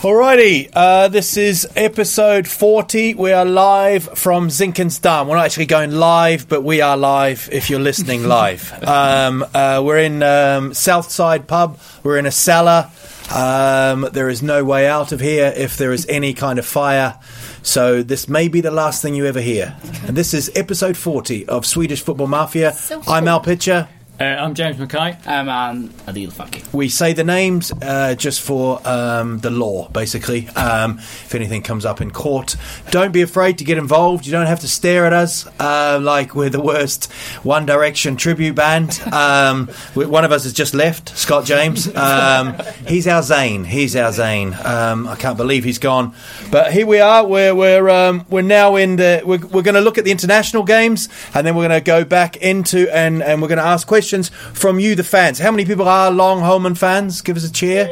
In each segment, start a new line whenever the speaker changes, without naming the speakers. Alrighty, uh, this is episode 40. We are live from Zinkenstein. We're not actually going live, but we are live if you're listening live. Um, uh, we're in um, Southside Pub. We're in a cellar. Um, there is no way out of here if there is any kind of fire. So this may be the last thing you ever hear. And this is episode 40 of Swedish Football Mafia. I'm Al Pitcher.
Uh, I'm James Mackay.
Um, and Adil Fakir.
we say the names uh, just for um, the law, basically. Um, if anything comes up in court, don't be afraid to get involved. You don't have to stare at us uh, like we're the worst One Direction tribute band. Um, we- one of us has just left, Scott James. Um, he's our Zane. He's our Zane. Um, I can't believe he's gone, but here we are. We're we're um, we're now in the. We're, we're going to look at the international games, and then we're going to go back into and and we're going to ask questions from you, the fans. How many people are Long Holman fans? Give us a cheer.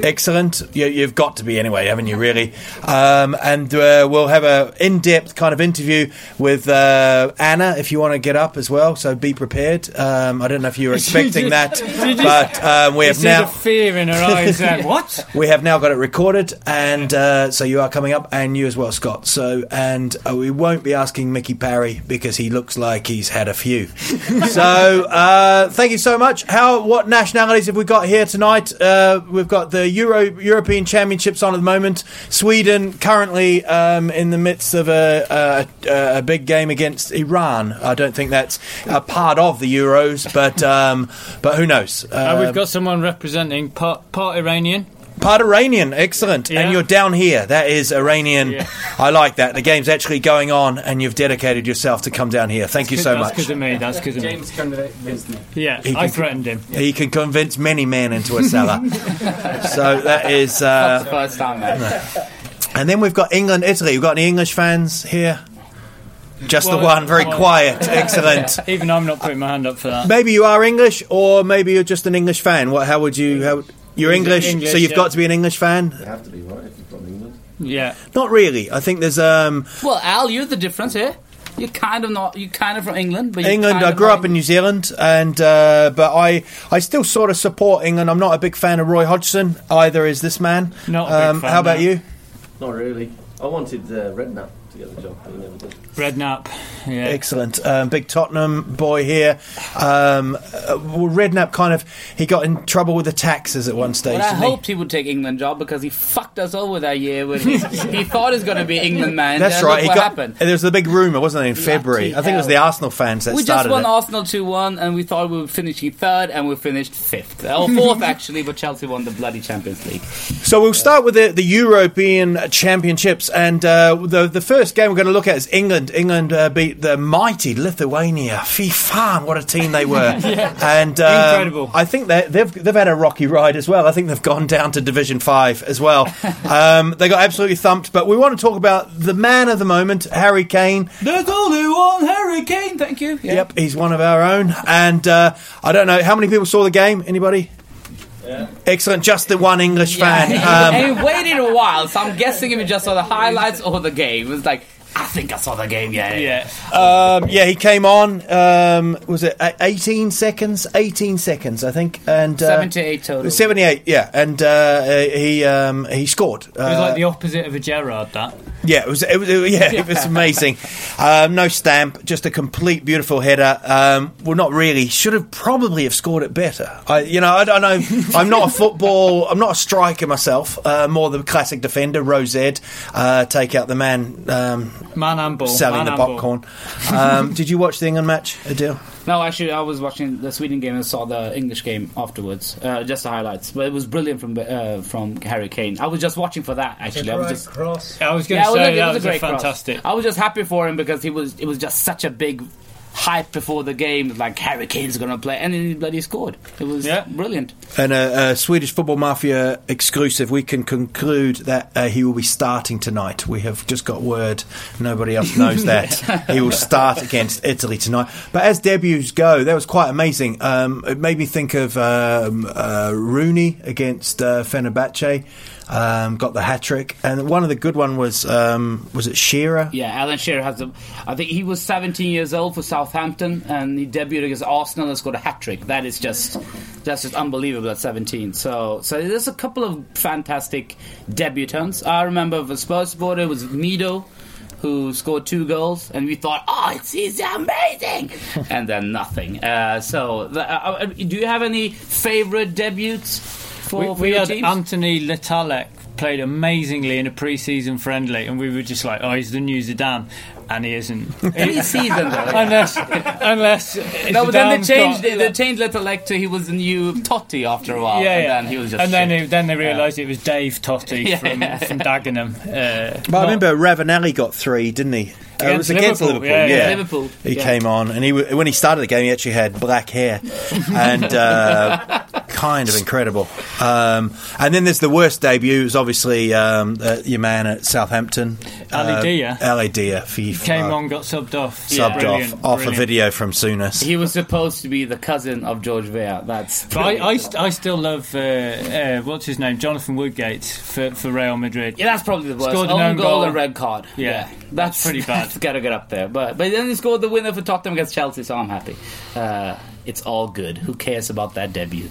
Excellent. You, you've got to be anyway, haven't you? Really. Um, and uh, we'll have a in-depth kind of interview with uh, Anna if you want to get up as well. So be prepared. Um, I don't know if you were expecting
You
that,
just- you just-
but um, we have
See the
now.
fear in her eyes. uh, what?
We have now got it recorded, and uh, so you are coming up, and you as well, Scott. So, and uh, we won't be asking Mickey Parry because he looks like he's had a few. so, uh, thank you so much. How? What nationalities have we got here tonight? Uh, we've got the Euro European Championships on at the moment. Sweden currently um, in the midst of a, a, a big game against Iran. I don't think that's a part of the Euros, but um, but who knows?
Uh,
Uh,
we've got someone representing part, part Iranian.
Part Iranian, excellent.
Yeah.
And you're down here. That is Iranian.
Yeah.
I like that. The game's actually going on, and you've dedicated yourself to come down here. Thank you so
That's
much.
because of me. That's because of me.
candidate Disney.
Yeah,
He
I
can-
threatened him.
He can convince many men into a cellar. so that is. Uh,
First time, man.
and then we've got England, Italy. We've got any English fans here? Just the
Well,
one, very
well.
quiet. Excellent.
Even I'm not putting my hand up for that.
Maybe you are English, or maybe you're just an English fan. What? How would you? How, you're English,
English,
so you've
yeah.
got to be an English fan.
have to be right if you're from England.
Yeah.
Not really. I think there's um,
Well, Al, you're the difference here. You're kind of not. You're kind of from England, but you're
England.
kind
I
of
grew
not
up in New Zealand, and uh, but I I still sort of support England. I'm not a big fan of Roy Hodgson either. Is this man? Um,
Not a big fan,
how about
no.
you?
Not really. I wanted uh, Redknapp to get the job, but he never did.
Redknapp. Yeah.
Excellent, um, big Tottenham boy here. Um, uh, well, Redknapp kind of he got in trouble with the taxes at one stage.
But I
didn't he?
hoped he would take England job because he fucked us over that year when he, he thought it's going to be England man.
That's
Then
right.
Look
He
what
got,
happened?
There was the big rumor, wasn't there, in February? I think it was the
hell.
Arsenal fans that
We just
started
won
it.
Arsenal two one, and we thought we were finishing third, and we finished fifth or fourth actually. But Chelsea won the bloody Champions League.
So we'll start with the, the European Championships, and uh, the the first game we're going to look at is England. England uh, beat the mighty Lithuania. Fee fan, what a team they were! And um,
Incredible.
I think they- they've they've had a rocky ride as well. I think they've gone down to Division Five as well. um, they got absolutely thumped. But we want to talk about the man of the moment, Harry Kane.
There's only one hurricane. Thank you. Yeah.
Yep, he's one of our own. And uh, I don't know how many people saw the game. Anybody? Excellent. Just the one English fan. Um,
and he waited a while, so I'm guessing if he just saw the highlights or the game, it was like, I think I saw the game. Yeah,
Yeah.
Um, yeah, he came on. Um, was it uh, 18 seconds? 18 seconds, I think. And uh,
78 total.
78, yeah. And uh, uh, he um, he scored.
It was
Uh,
like the opposite of a Gerard. That
yeah, it was, it was it- yeah, it was amazing. Um, no stamp, just a complete beautiful header. Um, well, not really. Should have probably have scored it better. I, you know, I don't know. I'm not a football. I'm not a striker myself. Uh, more the classic defender, Rosed, uh, take out the man um,
man and ball.
selling
man
the
and ball.
popcorn. Um, did you watch the England match, Adil?
No, actually, I was watching the Sweden game and saw the English game afterwards, uh, just the highlights. But it was brilliant from uh, from Harry Kane. I was just watching for that actually. I was just
cross.
I was going
yeah,
to
well,
say
look, it
that
was
was,
a great cross.
fantastic.
I was just happy for him because he was it was just such a big hype before the game. Like Harry Kane's going to play, and then he bloody scored. It was
Yeah.
brilliant.
And a, a Swedish football mafia exclusive. We can conclude that uh, he will be starting tonight. We have just got word. Nobody else knows that he will start against Italy tonight. But as debuts go, that was quite amazing. Um, it made me think of um, uh, Rooney against uh, Fenerbahce. Um, got the hat trick, and one of the good one was um, was it Shearer?
Yeah, Alan Shearer has. A, I think he was 17 years old for Southampton, and he debuted against Arsenal and scored a hat trick. That is just that's just unbelievable at 17. So, so there's a couple of fantastic debutants. I remember the Spurs supporter was Mido. Who scored two goals, and we thought, oh, it's, it's amazing! and then nothing. Uh, so, the, uh, uh, do you have any favorite debuts for,
We,
for
we
your
had um,
teams?
Anthony Letalek played amazingly in a pre-season friendly, and we were just like, "Oh, he's the new Zidane," and he isn't.
Pre season, though.
unless, unless
No, but then they
Zidane's
changed.
got-
They changed Little Lek to he was the new Totti after a while.
Yeah,
and
yeah.
then he was just.
and then,
shit.
he- then they realised it was Dave Totti
Yeah.
from, from Dagenham. Uh,
But I
not-
remember Ravanelli got three, didn't he? Uh, it
Against
was against Liverpool.
Liverpool, yeah,
yeah.
yeah.
Liverpool,
He
yeah.
came on, and he w- when he started the game, he actually had black hair, and uh, kind of incredible. Um, and then there's the worst debuts, obviously um, uh, your man at Southampton,
Ali
uh,
Dia.
Ali Dia, he
came
uh,
on, got subbed off,
subbed
Brilliant,
off off a
brilliant.
video from Soonest.
he was supposed to be the cousin of George Weah. That's.
But I, I, st- I still love uh, uh, what's his name, Jonathan Woodgate for, for Real Madrid.
yeah, that's probably the worst.
Scored an
Own
own
goal,
goal.
and red card.
Yeah.
that's
pretty bad.
That's gotta get up there. But but then he scored the winner for Tottenham against Chelsea, so I'm happy. Uh, it's all good. Who cares about that debut?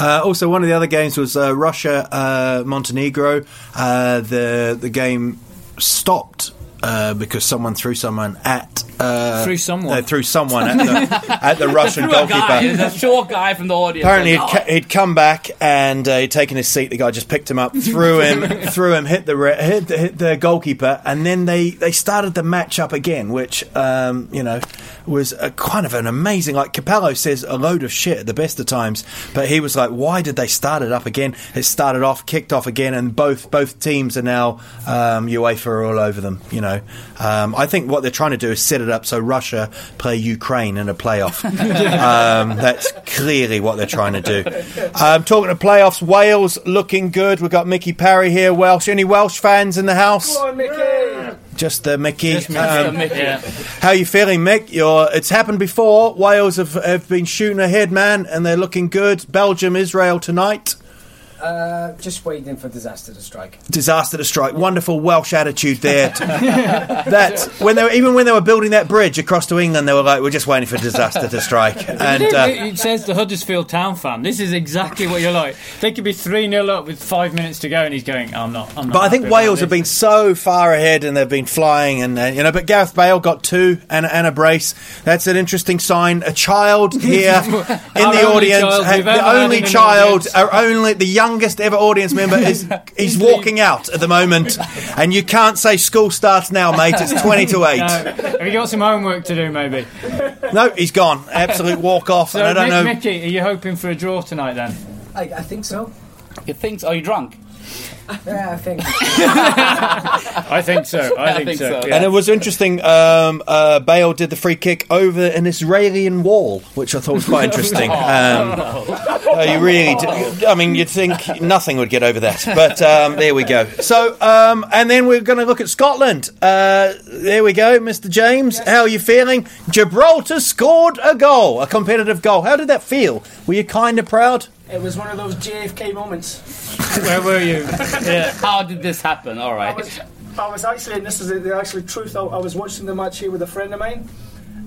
Uh, also, one of the other games was uh, Russia uh, Montenegro. Uh, the the game stopped. Uh, because someone threw someone at uh,
Threw someone.
uh, threw someone at the, at the Russian
Threw a guy,
goalkeeper.
a short guy from the audience.
Apparently, he'd,
Oh,
Like,
ca- he'd come back and uh, he'd taken his seat. The guy just picked him up, threw him, threw him, hit the, re- hit the hit the goalkeeper, and then they, they started the match up again, which um, you know was a, kind of an amazing. Like Capello says, a load of shit at the best of times, but he was like, why did they start it up again? It started off, kicked off again, and both both teams are now um, UEFA are all over them. You know, um, I think what they're trying to do is set it up so Russia play Ukraine in a playoff. um, that's clearly what they're trying to do. Um, talking of playoffs, Wales looking good. We've got Mickey Parry here. Welsh, any Welsh fans in the house? Just the Mickey. Um, how you feeling, Mick? You're, it's happened before. Wales have, have been shooting ahead, man, and they're looking good. Belgium, Israel tonight.
Uh, just waiting for disaster to strike.
Disaster to strike. Wonderful Welsh attitude there. that when they were, even when they were building that bridge across to England, they were like, "We're just waiting for disaster to strike." And
It-
uh,
it says the Huddersfield Town fan. This is exactly what you're like. They could be three 0 up with five minutes to go, and he's going, "I'm not." I'm not
But I think
happy about
Wales have
this."
been so far ahead and they've been flying and uh, you know. But Gareth Bale got two and, and a brace. That's an interesting sign. A child here in
Our only
the audience,
child
ha-
we've ever
the
had
only
in an
child,
audience.
our only the youngest ever audience member is is walking out at the moment, and you can't say school starts now, mate. It's twenty to eight. No,
No. Have you got some homework to do, maybe?
he's gone. Absolute walk off.
So,
and I don't
Mick-
know.
Mickey, are you hoping for a draw tonight then?
I, I think so.
He thinks, are you drunk?
Yeah, I think.
I think so. I, think,
think
so.
so.
yeah.
And it was interesting. Um, uh, Bale did the free kick over an Israeli wall, which I thought was quite interesting. Um, oh, you really, d I I mean, you'd think nothing would get over that, but um, there we go. So, um, and then we're going to look at Scotland. Uh, there we go, Mr. James. How are you feeling? Gibraltar scored a goal, a competitive goal. How did that feel? Were you kind of proud?
It was one of those JFK moments.
Where were you? yeah.
How did this happen? All
I
right.
was,
I was actually, and this is the, the actual truth, I, I was watching the match here with a friend of mine,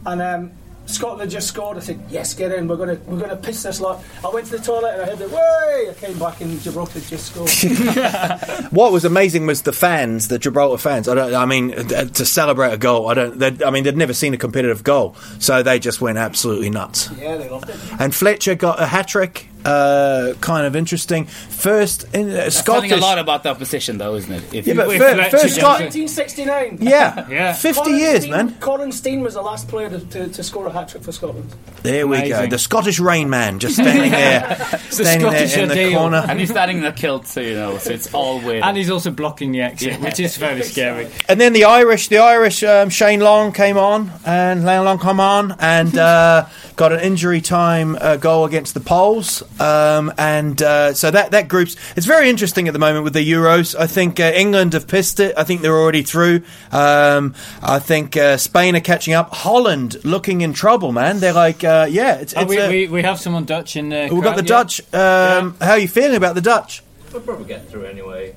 and um, Scotland just scored. I said, "Yes, get in. We're gonna we're gonna piss this lot." I went to the toilet and I heard the way. I came back and Gibraltar just scored.
What was amazing was the fans, the Gibraltar fans. I, don't, I mean, uh, to celebrate a goal, I don't. they'd- I mean, they'd never seen a competitive goal, so they just went absolutely nuts.
yeah, they loved it.
And Fletcher got a hat trick. Uh, kind of interesting. First in uh,
Telling
Scottish.
a lot about the opposition, though, isn't it? If
Yeah,
you-
but
if
fir-
Fletcher jumps
first Scot-
in-
1969.
yeah,
Yeah.
fifty
Colin
years,
Steen-
man.
Colin Steen was the last player to, to, to score a hat trick for Scotland.
There we go.
Amazing.
The Scottish Rain Man just standing there, standing
Scottish
there in the
ordeal.
corner.
and he's standing in the kilt, so you know, so it's all weird.
And he's also blocking the exit, which is very scary.
And then the Irish, the Irish um, Shane Long came on, and Lane Long come on, and uh, got an injury time uh, goal against the Poles. Um, and uh, so that that group's it's very interesting at the moment with the Euros. I think uh, England have pissed it. I think they're already through. Um, I think uh, Spain are catching up. Holland looking in trouble, man. They're like, uh, yeah, it's, it's
Oh, we,
a-
we, we have someone Dutch in uh, there.
we've got the Dutch. Um, How are you feeling about the Dutch?
We'll probably get through anyway.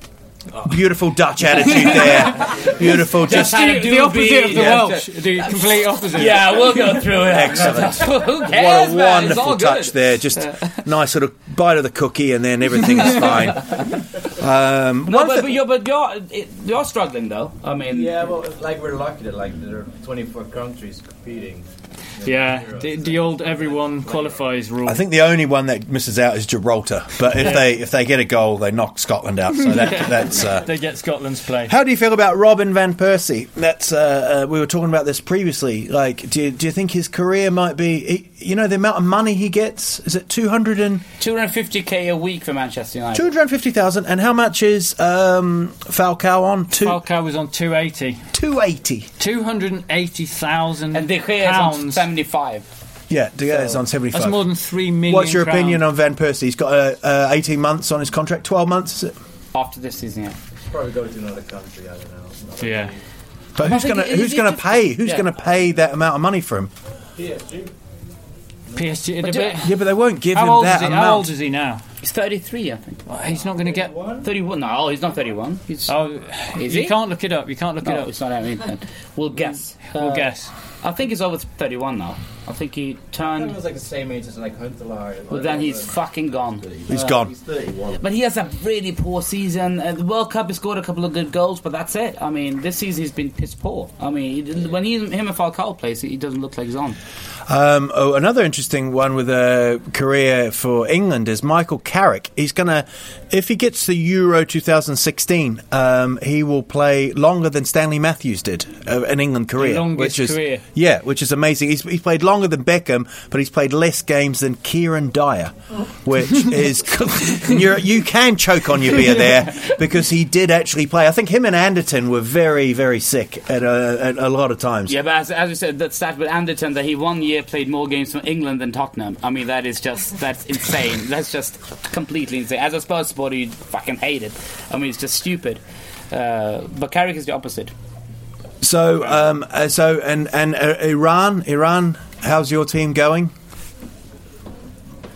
Beautiful Dutch attitude there. Beautiful, just
The, the opposite of the
Yeah.
Welsh. The complete opposite.
yeah, we'll go through it.
Excellent.
Who cares,
What
man? It's
a
all
wonderful
good.
touch there. Just nice little bite of the cookie, and then everything is fine. Um,
No, but,
one thi-
but you're but you're it, you're struggling though. I mean,
Yeah, well, like we're lucky that like there are 24 countries competing.
Yeah, the, the old everyone qualifies rule.
I think the only one that misses out is Gibraltar. But if they if they get a goal, they knock Scotland out. So that, that's. Uh,
they get Scotland's play.
how do you feel about Robin van Persie? That's uh, uh, we were talking about this previously. Like, do you, do you think his career might be? he- You know, the amount of money he gets is it two hundred and
250k a week for Manchester United.
two hundred and fifty thousand? And how much is um, Falcao on? Two
Falcao was on 280.
two eighty.
280,000
and De Gea is on
pounds.
75.
Yeah, De Gea is on seventy five.
That's more than 3 million.
What's your
crown.
opinion on Van Persie? He's got uh, uh, 18 months on his contract, 12 months, is it?
After this season, yeah.
Probably go to another country. I don't know.
Yeah.
But who's
think
going to
it-
who's
it-
going to
it's-
pay? Who's
yeah.
going to pay that amount of money for him?
PSG did a bit.
Yeah, but they won't give
How
him
old, is
that
he?
amount.
How old is he now?
He's 33, I think.
Well, he's not going to get.
31? No, he's not 31. He's,
Oh,
Is
you
he?
can't look it up. You can't look
oh.
no,
it
it's
up.
not. I mean, we'll guess.
We'll
Uh,
guess.
I think he's over 31 now. I think he
It
turned,
was like the same age as like Huntelaar.
but then he's fucking gone.
He's gone.
He's 31.
But he has a really poor season. Uh, the World Cup, he scored a couple of good goals, but that's it. I mean, this season he's been piss poor. I mean, he, when he, him and Falcao plays, he doesn't look like he's on.
Um, oh, another interesting one with a career for England is Michael Carrick. He's going to, if he gets the Euro 2016, um, he will play longer than Stanley Matthews did uh, an England career.
longest
which is,
career.
Yeah, which is amazing. He's, he's played longer than Beckham, but he's played less games than Kieran Dyer, which is. you're, you can choke on your beer there because he did actually play. I think him and Anderton were very, very sick at a, at a lot of times.
Yeah, but as, as we said, that stat with Anderton that he one year played more games for England than Tottenham. I mean, that is just that's insane. That's just completely insane. As a Spurs supporter, you fucking hate it. I mean, it's just stupid. Uh, but Carrick is the opposite.
So, um, uh, so, and and uh, Iran, Iran, how's your team going?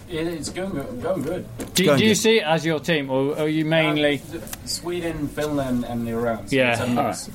It's going, going good.
Do,
Go
do you
and
see it as your team, or are you mainly?
Sweden, Finland, and Iran. So
Yeah.
it's a mix.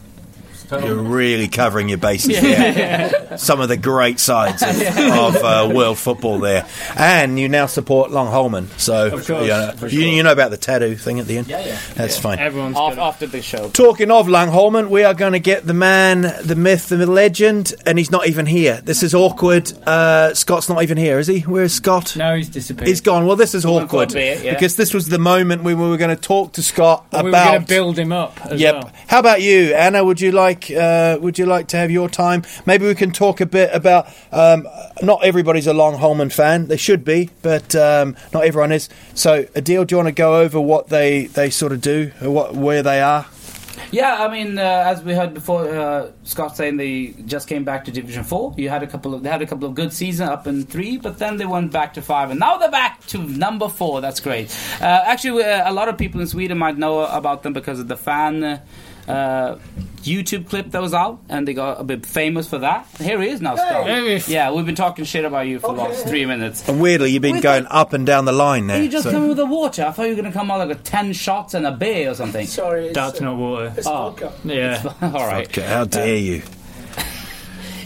You're
Total-
really covering your bases there. Some of the great sides of, of uh, world football there, and you now support Long Holman. So,
Of course,
you, know,
for
you, you know about the tattoo thing at the end. Yeah, yeah, that's fine.
Everyone's
Af-
got
after the show,
Talking of Langholman, we are going to get the man, the myth, the legend, and he's not even here. This is awkward. Uh, Scott's not even here, is he? Where's Scott?
now he's disappeared.
He's gone. Well, this is
Woman for a
awkward
beer, yeah.
because this was the moment when we were going to talk to Scott
And we were
about
going to build him up. As
Yep.
well.
How about you, Anna? Would you like uh, Would you like to have your time? Maybe we can talk a bit about. Um, not everybody's a Long Holman fan. They should be, but um, not everyone is. So, Adil, do you want to go over what they they sort of do, or what where they are?
Yeah, I mean, uh, as we heard before, uh, Scott saying they just came back to Division Four. You had a couple of they had a couple of good season up in three, but then they went back to five, and now they're back to number four. That's great. Uh, actually, uh, a lot of people in Sweden might know about them because of the fan. Uh, YouTube clip that was out, and they got a bit famous for that. Here he is now, Scar.
Hey.
Yeah, we've been talking shit about you for the last three minutes.
And weirdly, you've been
With
going up and down the line there.
And you just
so-
come in with the water. I thought you were going to come out like a 10 shots and a beer or something.
Sorry.
it's- That's not water.
it's vodka.
Yeah.
All right.
Okay, how dare you?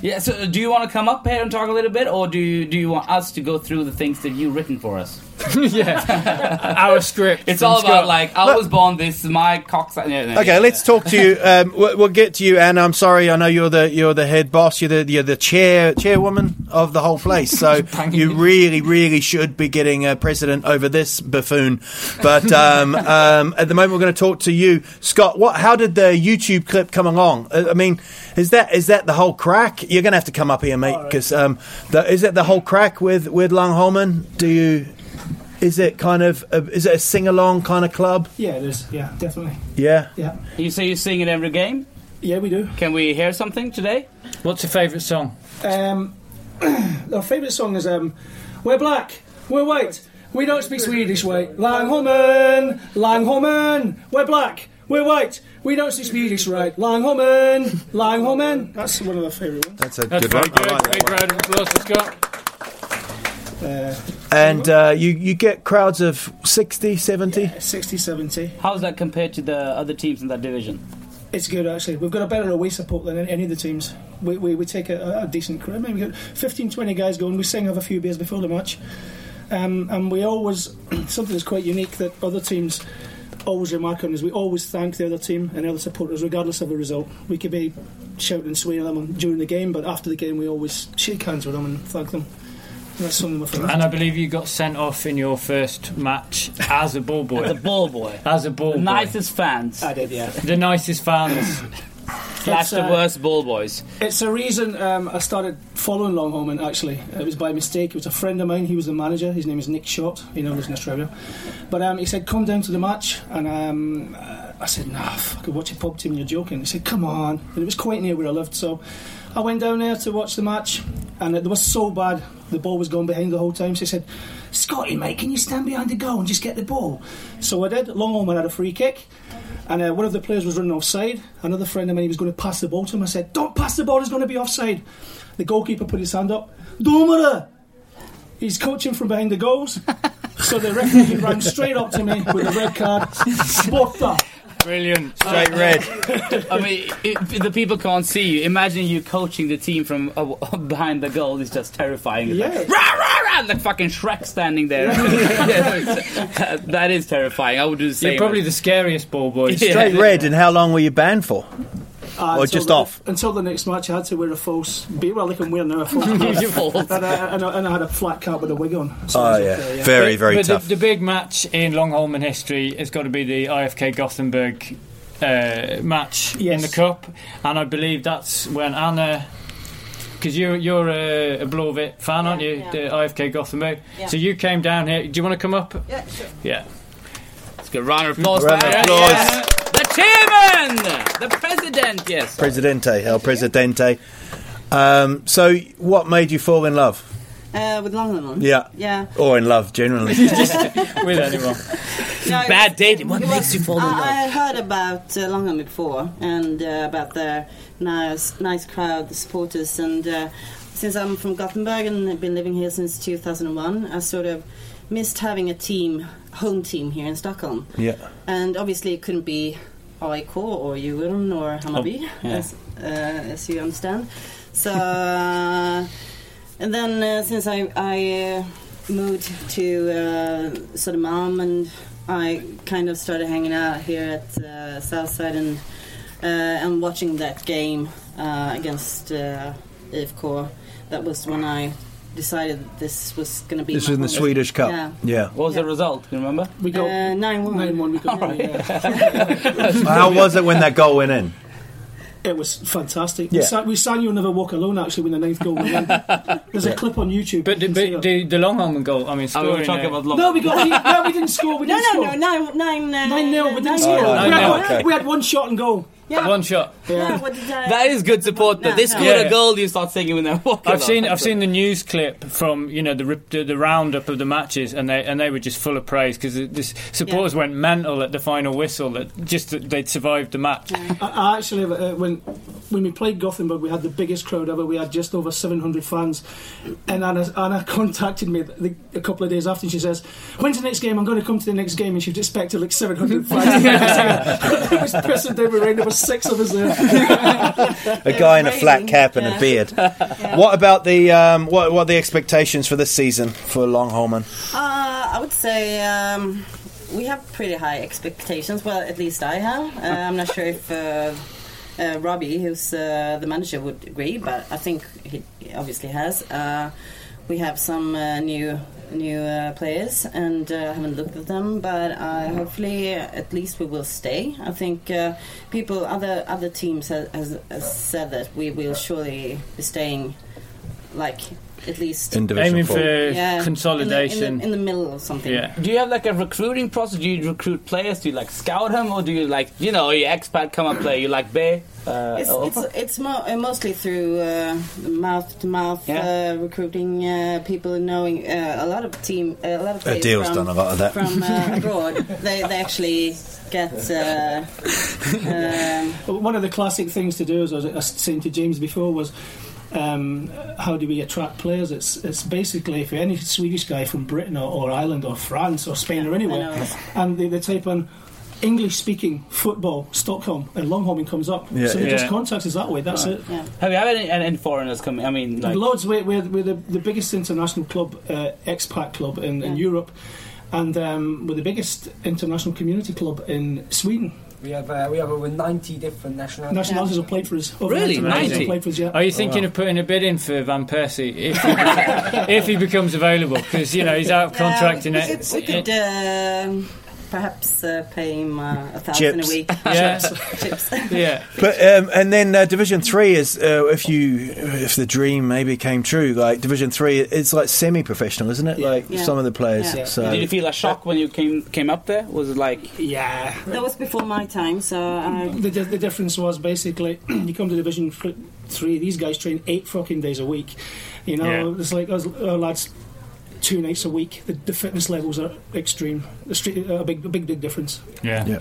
Yeah, so uh, do you want to come up here and talk a little bit, or do you, do you want us to go through the things that you've written for us?
yeah. Our script.
It's
from
all about,
Scott.
like, I was born this, my cock's... Yeah, yeah,
Okay,
yeah.
let's talk to you. Um, we'll, we'll get to you, Anna. I'm sorry. I know you're the you're the head boss. You're the you're the chair chairwoman of the whole place. So you really, really should be getting a precedent over this buffoon. But um, um, at the moment, we're going to talk to you, Scott. What? How did the YouTube clip come along? Uh, I, I mean, is that is that the whole crack? You're going to have to come up here, mate, because um, the, is that the whole crack with with Long Holman? Do you? Is it kind of a, is it a sing along kind of club?
Yeah, there's yeah, definitely.
Yeah.
Yeah.
You say you sing it every game?
Yeah, we do.
Can we hear something today?
What's your favourite song?
Um, our favourite song is um, "We're Black, We're White, We Don't Speak Swedish." Wait, Langholmen, Langholmen, we're black, we're white, we don't speak Swedish. Right, Langholmen, Langholmen. That's one of our favourite ones.
That's a
That's
good one.
very good.
I like that
Big
one.
round of applause for Scott.
Uh,
And uh, you, you get crowds of 60, 70.
60, 70.
How's that compared to the other teams in that division?
It's good actually. We've got a better away support than any of the teams. We, we, we take a, a decent crew. I mean, we've got 15, 20 guys going. We sing, have a few beers before the match. Um, and we always, something that's quite unique that other teams always remark on is we always thank the other team and the other supporters regardless of the result. We could be shouting and swearing at them during the game, but after the game we always shake hands with them and thank them. And that's something we're
And I believe you got sent off in your first match as a ball
The
boy.
ball boy.
As a ball boy. Uh,
Nicest fans.
did, yeah.
The nicest fans.
Slash the
uh,
worst ball boys.
It's a reason um, I started following Longholman. Actually, it was by mistake. It was a friend of mine. He was the manager. His name is Nick Short. He now lives in Australia. But um, he said, "Come down to the match," and um, uh, I said, "Nah, I could watch a pub team. You're joking." He said, "Come on," and it was quite near where I lived, so I went down there to watch the match, and it was so bad. The ball was going behind the whole time. So he said, "Scotty, mate, can you stand behind the goal and just get the ball?" So I did. Longholman had a free kick. And uh, one of the players was running offside. Another friend of mine, he was going to pass the ball to him. I said, Don't pass the ball, it's going to be offside. The goalkeeper put his hand up. Domara! He's coaching from behind the goals. so the referee ran straight up to me with a red card. Botta!
Brilliant.
Straight red.
I mean, if the people can't see you. Imagine you coaching the team from uh, behind the goal is just terrifying. It's
Yeah.
Like, rah, rah, rah, like fucking Shrek standing there. Yeah, that is terrifying. I would do the same.
You're probably the scariest ball boy.
Yeah.
Straight red. And how long were you banned for?
Uh,
Or
until
just
the-
off.
Until the next match, I had to wear a false beard. Well, like I'm wearing now a false beard.
Beautiful.
and, I, and, I, and I had a flat cap with a wig on. So
Oh,
it was
yeah.
okay,
Very, very
but
tough.
The, the big match in Longholman history has got to be the IFK Gothenburg uh, match in
Yes.
the cup, and I believe that's when Anna. Because you're you're a, a Blåvitt fan, aren't you?
yeah.
The IFK Gothenburg.
Yeah.
So you came down here. Do you want to come up?
Yeah, sure.
Yeah.
Let's get a round of applause.
Round
for
of
Eric.
applause.
Yeah. The chairman, the president. Yes.
Presidente, El Presidente. Um, so, what made you fall in love?
Uh, with Longlenon?
Yeah.
Yeah.
Or in love generally?
With anyone.
No,
Bad
it's-
dating. What
it
makes you fall in
I-
love?
Uh, I had heard about uh, Longholm before and uh, about their nice, nice crowd, the supporters, and uh, since I'm from Gothenburg and have been living here since 2001, I sort of missed having a team, home team here in Stockholm.
yeah.
And obviously, it couldn't be AIK or Djurgården or Hammarby, as, uh, as you understand. So, uh, and then uh, since I, I uh, moved to uh, Södermalm and I kind of started hanging out here at uh, Southside and uh, and watching that game uh, against uh, IFK, that was when I decided this was going to be.
This
my
was in the
home.
Swedish Cup.
Yeah.
Yeah.
What was the result? Do you remember?
We got
Uh, 9-1.
9-1, we got
How was it when that goal went in?
It was fantastic.
Yeah.
We, sang, we sang "You'll Never Walk Alone" actually when the ninth goal went in. There's a clip on YouTube.
But the,
you can see
but the, the Longholman goal. I
Oh,
mean,
we
scoring.
were talking
uh,
about
it.
long.
no, we got no, we didn't score. We
No,
didn't
no,
score.
no, nine, nine, uh,
Nine 0 We didn't
nine
score.
nil.
we,
nil.
had
Nine
one,
nil, Oh, okay.
we had one shot and goal.
Yeah.
One shot.
Yeah, what did uh, I-
That is good support.
No,
That they
no.
scored
Yeah.
a goal. You start singing when they're walking.
I've seen
off.
I've seen the news clip from you know the rip- the, the roundup of the matches and they and they were just full of praise because the supporters went mental at the final whistle that just that they'd survived the match.
I, I actually, uh, when when we played Gothenburg, we had the biggest crowd ever. We had just over 700 fans. And Anna, Anna contacted me the, a couple of days after, and she says, "When's the next game? I'm going to come to the next game." And she'd expected like 700 fans. it was pissing down with rain. There were six of us there.
a guy in a flat cap and a beard. What about the um, what? What are the expectations for this season for Longholman?
Uh, I would say um, we have pretty high expectations. Well, at least I have. Uh, I'm not sure if uh, uh, Robbie, who's uh, the manager, would agree, but I think he obviously has. Uh, we have some uh, new new uh, players, and uh, I haven't looked at them, but uh, hopefully, uh, at least we will stay. I think uh, people, other other teams, has, has, has said that we will surely be staying, like at least
In Division Aiming four. for
in the- in
consolidation.
the, in the middle or something.
Do you have like a recruiting process? Do you recruit players? Do you like scout them, or do you like you know your expat come and play? You like Bay? Uh,
It's,
or-
it's, it's mo- uh, mostly through uh, mouth-to-mouth uh, recruiting uh, people, knowing uh, a lot of team, uh, a lot of
Uh,
players
Deal's
from,
done a lot of that.
from uh, abroad. They, they actually get uh,
One of the classic things to do, as I was saying to James before, was um, how do we attract players? It's it's basically if any Swedish guy from Britain or, or Ireland or France or Spain or anywhere, and they, they type in English speaking football Stockholm and Longholmen comes up.
Yeah.
so they just
Yeah.
contacts us that way. That's
Right.
it.
Have you had any, any foreigners come? I mean, like,
Loads. We're, we're, we're the, the biggest international club, uh, expat club in, in Europe, and um, we're the biggest international community club in Sweden.
We have uh, we have over 90 different nationalities.
Nationalities
Oh,
have played for us. Over
Really?
90
90?
have played for us, yeah.
Are you thinking of putting a bid in for Van Persie if he, if he becomes available? Because you know he's out of contract in
we,
it.
could, we could um, perhaps uh, pay him uh, a thousand
Chips.
a week.
Yeah.
Chips.
Yeah.
But um, and then uh, Division Three is uh, if you if the dream maybe came true, like Division Three, it's like semi-professional, isn't it? Like
Yeah.
some of the players.
Yeah.
So
Did you feel a shock when you came came up there? Was it like
yeah?
That was before my time, so uh, I,
the, di- the difference was basically you come to Division th- Three. These guys train eight fucking days a week. You know,
oh,
Yeah.
it's like us our lads two nights a week. The, the fitness levels are extreme. The street, a big, a big, big difference.
yeah.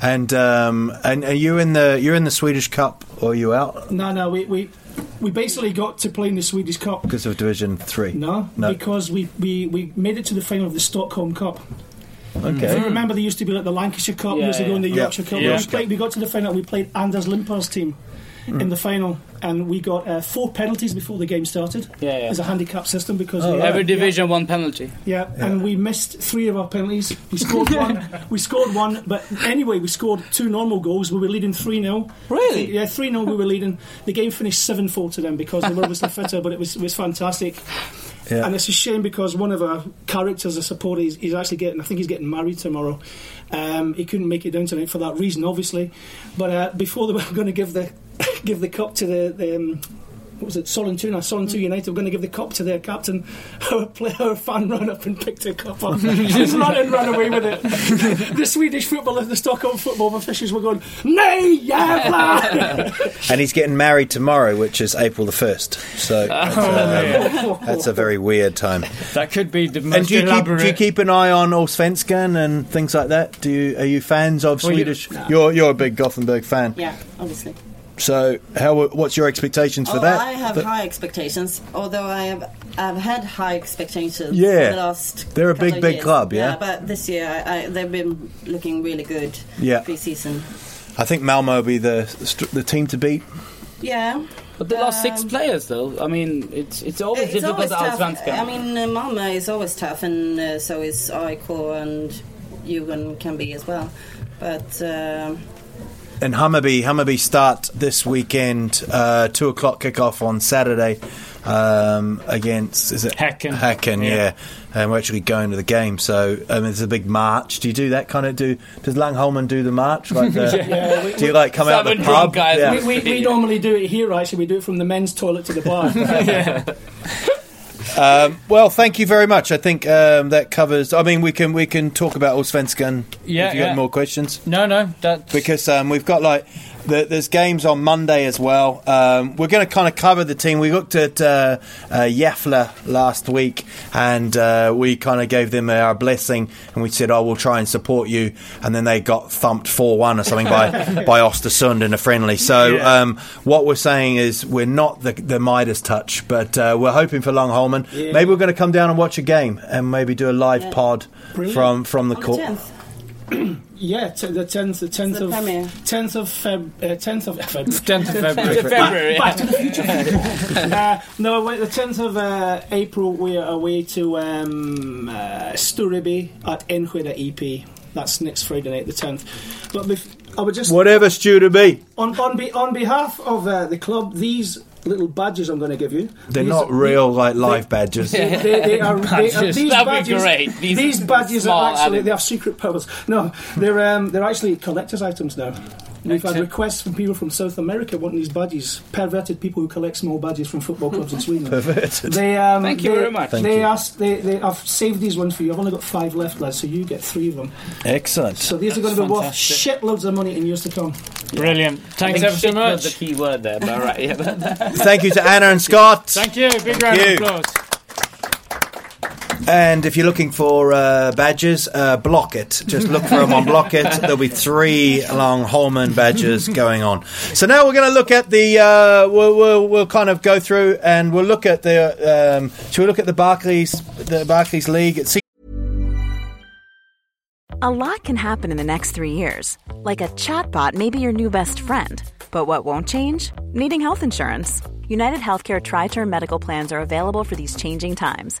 And um, and are you in the you're in the Swedish Cup or are you out
No, no, we we, we basically got to play in the Swedish Cup.
because of Division Three?
No,
No.
because we, we, we made it to the final of the Stockholm Cup.
Okay.
If you remember, they used to be like the Lancashire Cup
Yeah,
years ago
yeah.
and the
Yeah.
Yorkshire Cup.
Yeah.
We, played, we got to the final. We played Anders Limpar's team in the final, and we got uh, four penalties before the game started.
Yeah, yeah.
There's a handicap system because of-
every
yeah.
division one penalty?
Yeah, and we missed three of our penalties. We scored one. we scored one, but anyway, we scored two normal goals. We were leading 3 0. Really? Yeah, 3 0 we were leading. The game finished 7 4 to them because they were obviously fitter, but it was, it was fantastic.
Yeah.
And it's a shame because one of our characters, a supporter, he's, he's actually getting, I think he's getting married tomorrow. Um, he couldn't make it down tonight for that reason, obviously. But uh, before they were going to give the give the cup to the, the um, what was it, Solentuna, Solentuna United were going to give the cup to their captain. Our player, our fan ran up and picked a cup up. Just ran and ran away with it. the Swedish football, the Stockholm football officials were going, Nay, jävlar!
And he's getting married tomorrow, which is April the first. So that's, um,
yeah.
that's a very weird time.
That could be the most
And do you, keep,
elaborate.
do you keep an eye on Allsvenskan and things like that? Do you are you fans of
Well, you-
Swedish? you, are you're a big Gothenburg fan.
yeah, obviously.
So how what's your expectations for
oh,
that?
I have
But
high expectations. Although I have, I've had high expectations.
Yeah.
for the last.
They're a
couple
big,
of
big
years.
club, yeah?
but this year I, I, they've been looking really good.
Yeah.
Pre-season.
I think Malmo will be the st- the team to beat.
Yeah.
But they lost six players though. I mean, it's it's always
Um, It's
difficult
always
to
tough.
Allsvenskan.
I mean, uh, Malmö is always tough, and uh, so is Aiko and Juven can be as well. But um
And Hammerby, Hammerby start this weekend, uh, two o'clock kickoff on Saturday um, against is it Hacken? Hacken, yeah. And we're actually going to the game, so um, it's a big march. Do you do that kind of? Do does Langholman do the march? Like the,
Yeah, we-
do you like come out the
Seven
pub? Yeah.
We, we, we normally do it here, actually. We do it from the men's toilet to the bar.
Um, well, thank you very much. I think um, that covers. I mean, we can we can talk about Allsvenskan
Yeah,
if you got
yeah.
more questions.
No, no, that
because um, we've got like the, there's games on Monday as well. Um, we're going to kind of cover the team. We looked at uh, uh, Yafla last week, and uh, we kind of gave them our blessing, and we said, "Oh, we'll try and support you," and then they got thumped four one or something by by Ostersund in a friendly. So
Yeah.
um, what we're saying is we're not the, the Midas touch, but uh, we're hoping for Long Holman.
Yeah.
Maybe we're going to come down and watch a game, and maybe do a live
Yeah.
pod
Brilliant.
from from the
On the
court.
10th. yeah, t- the tenth, the tenth
the
of
premiere.
tenth of Feb, uh, tenth of Feb,
10th of February. February,
Back, back to the
yeah.
future. uh, no, wait, the tenth of uh, April we are away to um, uh, Stureby at Enschede EP. That's next Friday night, the tenth. But bef- I would just
Whatever Stu to be.
on on, be- on behalf of uh, the club, these little badges I'm going to give you.
They're
these-
not real like live badges.
They, they, they are, they are
Badges.
these
That'd be
badges,
great.
These,
These
badges
small
are actually
added-
they have secret powers. No, they're um, they're actually collectors' items now. We've had requests from people from South America wanting these badges. Perverted people who collect small badges from football clubs in Sweden.
Perverted.
They, um,
Thank you
they-
very much. Thank
they
you.
asked. They, they, I've saved these ones for you. I've only got five left, lads. So you get three of them.
Excellent.
So these are going
That's
to be
fantastic.
worth shitloads of money in years to come.
Brilliant. Thanks ever so much.
The key word there, but all right. Yeah.
Thank you to Anna and Scott.
Thank you. Big round
you.
of applause.
And if you're looking for uh, badges, uh, block it. Just look for them on block it. There'll be three long Holman badges going on. So now we're going to look at the. Uh, we'll, we'll, we'll kind of go through and we'll look at the. Um, should we look at the Barclays the Barclays League? It's
A lot can happen in the next three years. Like a chatbot may be your new best friend. But what won't change? Needing health insurance. United Healthcare Tri Term Medical Plans are available for these changing times.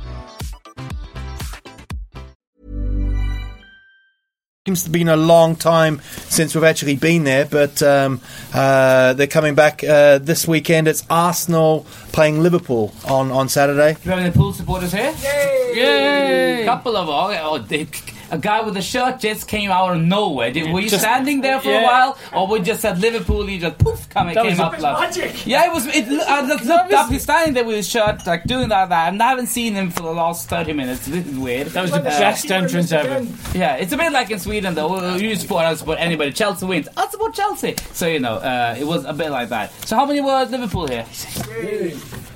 seems to have been a long time since we've actually been there, but um, uh, they're coming back uh, this weekend. It's Arsenal playing Liverpool on, on Saturday.
Do you have any pool supporters here? Yay!
Yay!
Couple of oh, oh, they- a guy with a shirt just came out of nowhere. Did, were you
Just-
standing there for
yeah.
a while, or were you just at Liverpool? You just poof, come and
That
came
was
up.
a-
like-
magic.
Yeah, it was. It, I just looked up. He's standing there with his shirt, like doing like that, and I haven't seen him for the last thirty minutes. This is weird. That
was the best entrance ever.
Yeah, it's a bit like in Sweden though. You support, I don't support anybody. Chelsea wins. I support Chelsea. So you know, uh, it was a bit like that. So how many were at Liverpool here?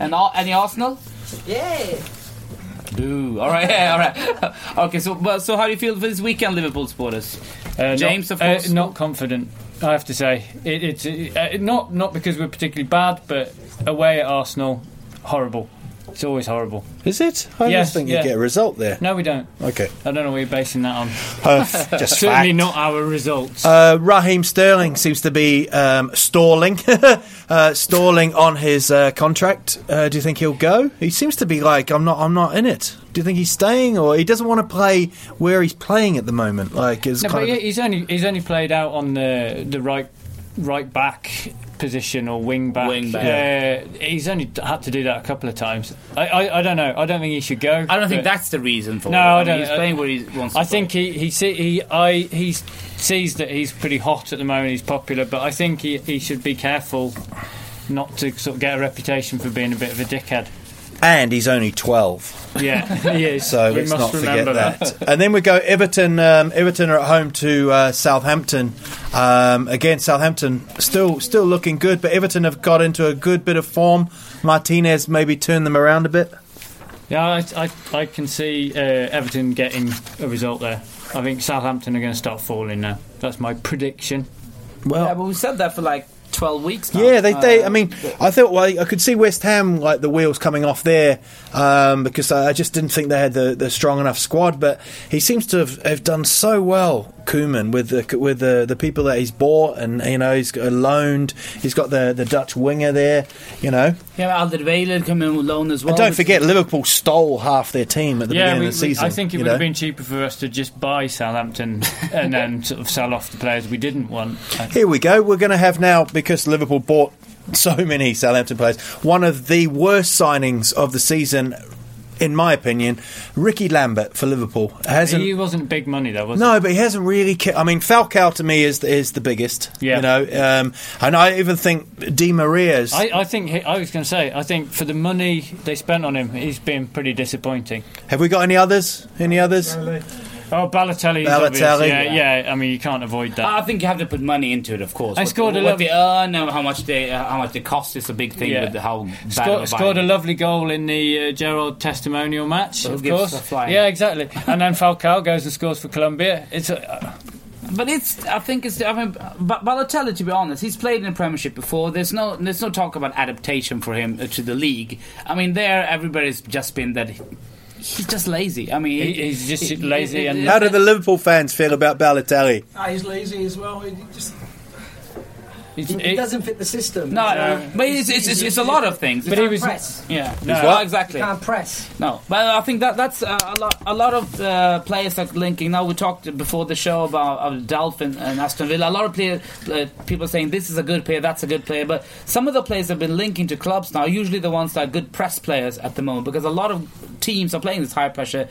And all, any Arsenal?
Yay!
Ooh, all right, yeah, all right. okay, so but, so how do you feel for this weekend, Liverpool supporters?
Uh,
James, of
not,
course.
uh, not confident. I have to say, it, it's uh, not not because we're particularly bad, but away at Arsenal, horrible. It's always horrible.
Is it? I
Yes,
just think
yeah.
you get a result there.
No, we don't.
Okay.
I don't know what you're basing that on.
Uh, f- just
certainly
fact.
not our results.
Uh, Raheem Sterling seems to be um, stalling, uh, stalling on his uh, contract. Uh, do you think he'll go? He seems to be like, I'm not, I'm not in it. Do you think he's staying, or he doesn't want to play where he's playing at the moment? Like, it's
No, but
kind
he-
of,
he's only he's only played out on the the right right back position or wing back. Wing
back.
Uh, he's only had to do that a couple of times. I, I, I don't know. I don't think he should go.
I don't think
but-
that's the reason for
No,
it.
I
mean,
don't-
He's playing where he wants.
I
to
think he he see, he I he sees that he's pretty hot at the moment. He's popular, but I think he, he should be careful not to sort of get a reputation for being a bit of a dickhead.
And he's only 12.
Yeah, he is.
So
We
let's
must
not forget
remember
that.
that.
and then we go Everton. Um, Everton are at home to uh, Southampton. Um, again, Southampton still still looking good, but Everton have got into a good bit of form. Martinez maybe turned them around a bit.
Yeah, I, I, I can see uh, Everton getting a result there. I think Southampton are going to start falling now. That's my prediction.
Well,
yeah, but we said that for like twelve weeks. Now.
Yeah, they,
Um,
they.
Uh,
I mean, I thought well, I could see West Ham like the wheels coming off there um, because I, I just didn't think they had the, the strong enough squad. But he seems to have, have done so well, Koeman, with the with the, the people that he's bought, and you know he's got loaned. He's got the, the Dutch winger there, you know.
yeah, Alderweireld come in with loan as well.
and don't
which-
forget, Liverpool stole half their team at the
yeah,
beginning
we-
of the
we-
season.
I think it
you
would have
know?
been cheaper for us to just buy Southampton and then sort of sell off the players we didn't want.
Here we go. We're going to have now because Liverpool bought so many Southampton players. One of the worst signings of the season, in my opinion, Ricky Lambert for Liverpool hasn't.
he wasn't big money though, was
no, but he hasn't really. Ca- I mean, Falcao to me is is the biggest. Yeah. You know, um, and I even think Di Maria's.
he? I, I think he, I was going to say I think for the money they spent on him, he's been pretty disappointing.
have we got any others? Any others?
Oh, Balotelli. is obvious.
Balotelli.
Yeah, yeah. I mean, you can't avoid that.
I think you have to put money into it, of course.
I
What-
scored a
what
lov-
they earn and how much they uh, how much they cost is a big thing
Yeah.
with how bad of
Scored,
a
scored
buy.
a lovely goal in the uh, Gerald testimonial match,
Who
of
gives
course.
a flying?
Yeah, exactly. And then Falcao goes and scores for Colombia. It's uh, a,
But it's I think it's I mean Ba- Balotelli to be honest, he's played in the Premiership before. There's no there's no talk about adaptation for him uh, to the league. I mean, there everybody's just been that he's just lazy. I mean,
He- he's just lazy and-
How do the Liverpool fans feel about Balotelli?
Ah, he's lazy as well. He just
It,
doesn't fit the system.
No, no, but it's, it's, it's, it's a lot of things.
But
It's
he
not
was-
press. Yeah,
He's
no,
what?
exactly.
Can't press.
No, but I think that that's uh, a lot. A lot of uh, players are linking. Now we talked before the show about uh, Dolphin and Aston Villa. A lot of player, uh, people saying this is a good player, that's a good player. But some of the players have been linking to clubs now. Usually the ones that are good press players at the moment, because a lot of teams are playing this high pressure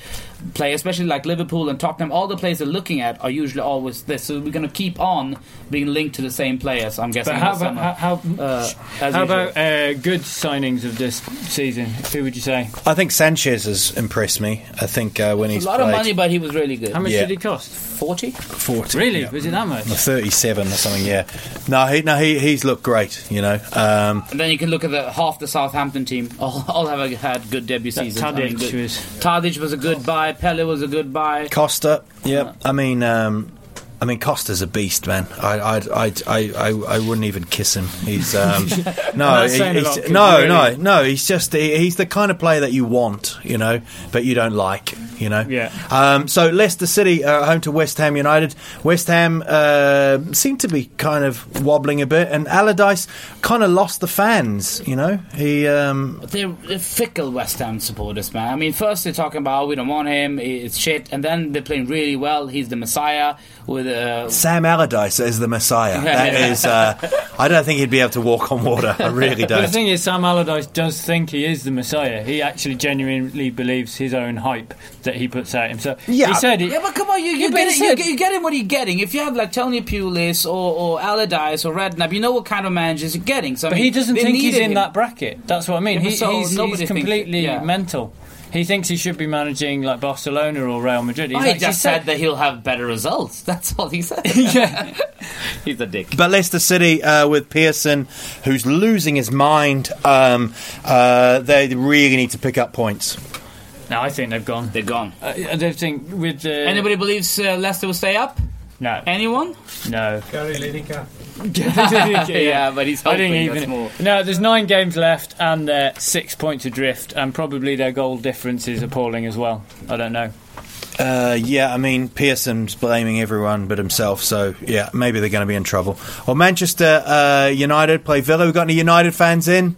play, especially like Liverpool and Tottenham. All the players they're looking at are usually always this. So we're going to keep on being linked to the same players. I'm guessing.
but how
this
about
summer.
how, how,
Uh, as
how
usual.
about uh, good signings of this season? Who would you say?
I think Sanchez has impressed me. I think uh, when he's
a lot of
played-
money, but he was really good.
How much Yeah. did he
cost?
Forty.
40.
Really?
yeah.
Was it that much?
37 or something, yeah. No, he, no, he, he's looked great, you know. Um,
And then you can look at the half the Southampton team. All, all have had good debut seasons.
Tadic
good-
was-
Tadic was a good buy. Pele was a good buy.
Costa, yeah. I mean, um, I mean, Costa's a beast, man. I, I, I, I, I, I wouldn't even kiss him. He's um, no,
That's
he-
saying a
he's-
lot, 'cause
no,
really-
no, no. He's just he, he's the kind of player that you want, you know, but you don't like, you know.
Yeah.
Um, so Leicester City are at home to West Ham United. West Ham uh, seem to be kind of wobbling a bit, and Allardyce kind of lost the fans. You know, he um,
But They're, they're fickle West Ham supporters, man. I mean, first they're talking about "Oh, we don't want him, it's shit, and then they're playing really well. He's the messiah with uh,
Sam Allardyce is the Messiah. That is, uh, I don't think he'd be able to walk on water. I really
But the
don't.
thing is, Sam Allardyce does think he is the Messiah. He actually genuinely believes his own hype that he puts out himself. he said he,
yeah, but come on, you, you,
but
get
he
it, you,
said-
get, you get him what you're getting. If you have like Tony Pulis or, or Allardyce or Redknapp, you know what kind of managers you're getting. So I
But
mean,
he doesn't
they
think he's
needed
in
him.
that bracket. That's what I mean.
Yeah, but
he,
so
he's,
nobody
he's
thinks-
completely
yeah.
mental. He thinks he should be managing like Barcelona or Real Madrid. He's
I
actually
just said that he'll have better results. That's all he said.
yeah,
he's a dick.
But Leicester City uh, with Pearson, who's losing his mind, um, uh, they really need to pick up points.
No, I think they've gone.
They're gone.
I, I don't think with uh,
Anybody believes uh, Leicester will stay up?
No.
Anyone?
No.
Gary Lineker.
yeah, but he's
I
hoping
didn't
that's
even.
more.
No, there's nine games left, and they're six points adrift, and probably their goal difference is appalling as well. I don't know.
Uh, yeah, I mean Pearson's blaming everyone but himself, so yeah, maybe they're going to be in trouble. Or Manchester uh, United play Villa. We got any United fans in?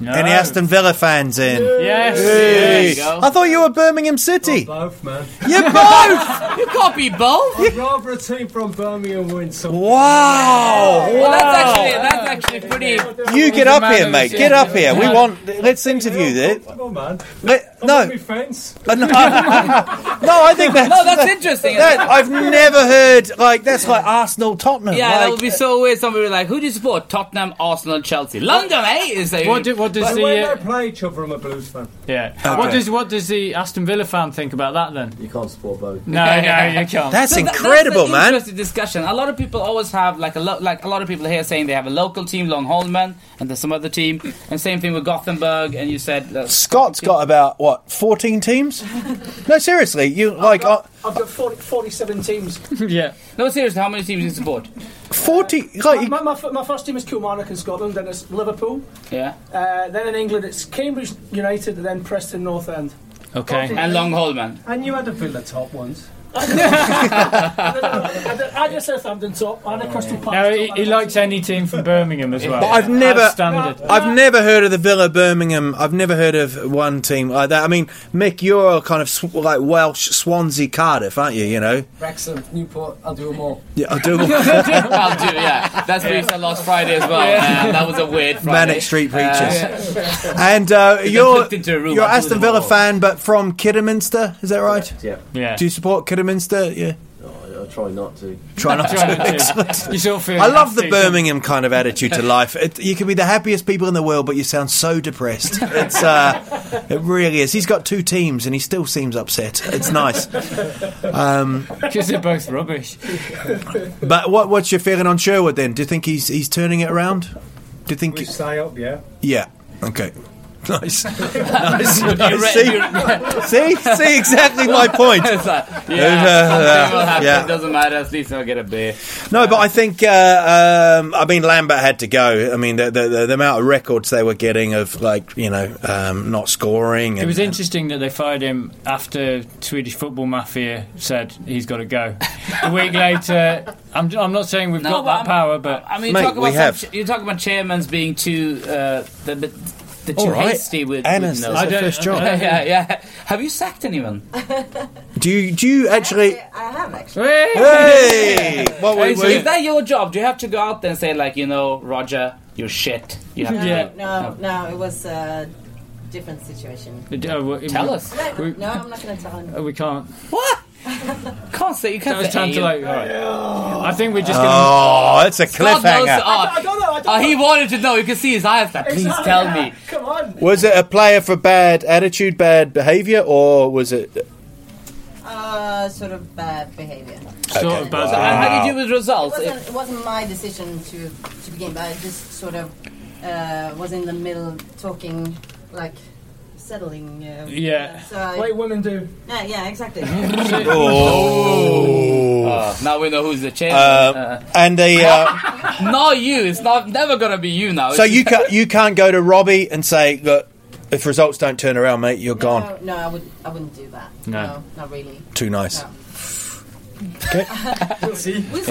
No.
Any Aston Villa fans in?
Yes.
Hey.
There you go.
I thought you were Birmingham City.
both, man.
You're both.
You can't be both.
I'd rather a team from Birmingham win something.
Wow.
Well, that's actually that's actually pretty.
You get up here, mate. Get up here. We
Yeah.
want. Let's interview this.
Come on, man.
Let, No.
Be friends.
Uh, no, I- no, I think that's
No, Oh, that's interesting.
That, I've never heard like that's like Arsenal Tottenham.
Yeah, that
like,
would be so weird. Somebody would be like, "Who do you support? Tottenham, Arsenal, Chelsea, London, eh?" Is they-
What do- what does But the, when uh, they
play each other, I'm a Blues fan.
Yeah.
Okay.
What does what does the Aston Villa fan think about that then?
You can't support both.
No, no, you can't.
So that- that's an Interesting discussion. A lot of people always have like a lo- like a lot of people here saying they have a local team, Longholmen, and there's some other team, and same thing with Gothenburg. And you said uh,
Scott's got about what fourteen teams? no, seriously, you like uh,
I've got 40, 47 teams.
yeah.
No, seriously, how many teams do you support?
forty.
my, my, my, my first team is Kilmarnock in Scotland, then it's Liverpool.
Yeah.
Uh, then in England, it's Cambridge United, and then Preston North End.
Okay.
And Longholmen.
And you had a Villa top once. I just Southampton top and a Crystal
No,
Palace.
he, he likes any team from Birmingham as well.
But I've never,
Outstandard.
I've never heard of the Villa Birmingham. I've never heard of one team like that. I mean, Mick, you're kind of sw- like Welsh Swansea Cardiff, aren't you? You know,
Wrexham, Newport, I'll do them all.
yeah, I do.
I'll do, yeah. That's
Yeah.
yeah. said last Friday as well.
Yeah.
Uh, that was a weird Friday.
Manic Street
Uh,
Preachers. and uh,
They've been
you're
flipped into a room,
you're
I'll do
Aston
them
Villa
all.
fan, but from Kidderminster, is that right?
Yeah.
Yeah.
Do you support Kidderminster? Yeah.
I, I try not to.
Try not
Try
to.
not to.
Excellent.
You sort of feel
I love
you
the
have to, don't-
Birmingham kind of attitude to life. It, you can be the happiest people in the world, but you sound so depressed. It's uh, it really is. He's got two teams, and he still seems upset. It's nice. Um,
Because they're both rubbish.
but what what's your feeling on Sherwood then? Do you think he's he's turning it around? Do you think?
We stay up, yeah.
Yeah. Okay. Nice. nice.
Would you re-
see,
you-
see, see exactly my point.
It's like, yeah,
Uh,
something will happen.
yeah.
It doesn't matter. At least I'll get a beer.
No, but I think uh, um, I mean Lambert had to go. I mean the, the the the amount of records they were getting of like you know um, not
It
scoring. And,
was interesting that they fired him after Swedish football mafia said he's got to go. A week later, I'm, I'm not saying we've
No,
got
but
that
I'm-
power, but
I mean, you talk about some ch- you talk about chairmans being too uh, the, the, the
All
too
right.
hasty with.
Anna's-
with
that's her I don't- first job.
yeah, yeah, yeah. Have you sacked anyone?
do you do you actually?
I have actually.
Hey!
Hey! What we-
so
we-
is that your job? Do you have to go out there and say like, you know, Roger, you're shit? You have
no,
to.
no, no, it was a different situation.
Uh, d- uh, we-
Tell
we-
us.
No,
We,
no, I'm not going to tell him.
uh, we can't.
Can't say you can't.
That was
say
time to
Ian.
like. right. I think we're just.
Oh, it's a
God knows.
cliffhanger.
oh, oh, he wanted to know. You can see his eyes. Like, please tell me.
Come on.
Was it a player for bad attitude, bad behaviour, or was it?
Uh, sort of bad behaviour.
Sort of bad
So, and how do you do
Wow.
with results?
It wasn't, it wasn't my decision to, to begin, but I just sort of uh, was in the middle talking, like settling. Uh,
Yeah.
So I,
Like women do.
Yeah, yeah, exactly.
Mm-hmm.
Oh.
Uh, now we know who's the
Uh,
chairman. Uh,
and the uh,
not you. It's not never gonna be you now.
so
It's-
you can't you can't go to Robbie and say look if results don't turn around, mate, you're gone.
No, no, I wouldn't. I wouldn't do that.
No.
No, not really.
Too nice.
No.
we'll see. what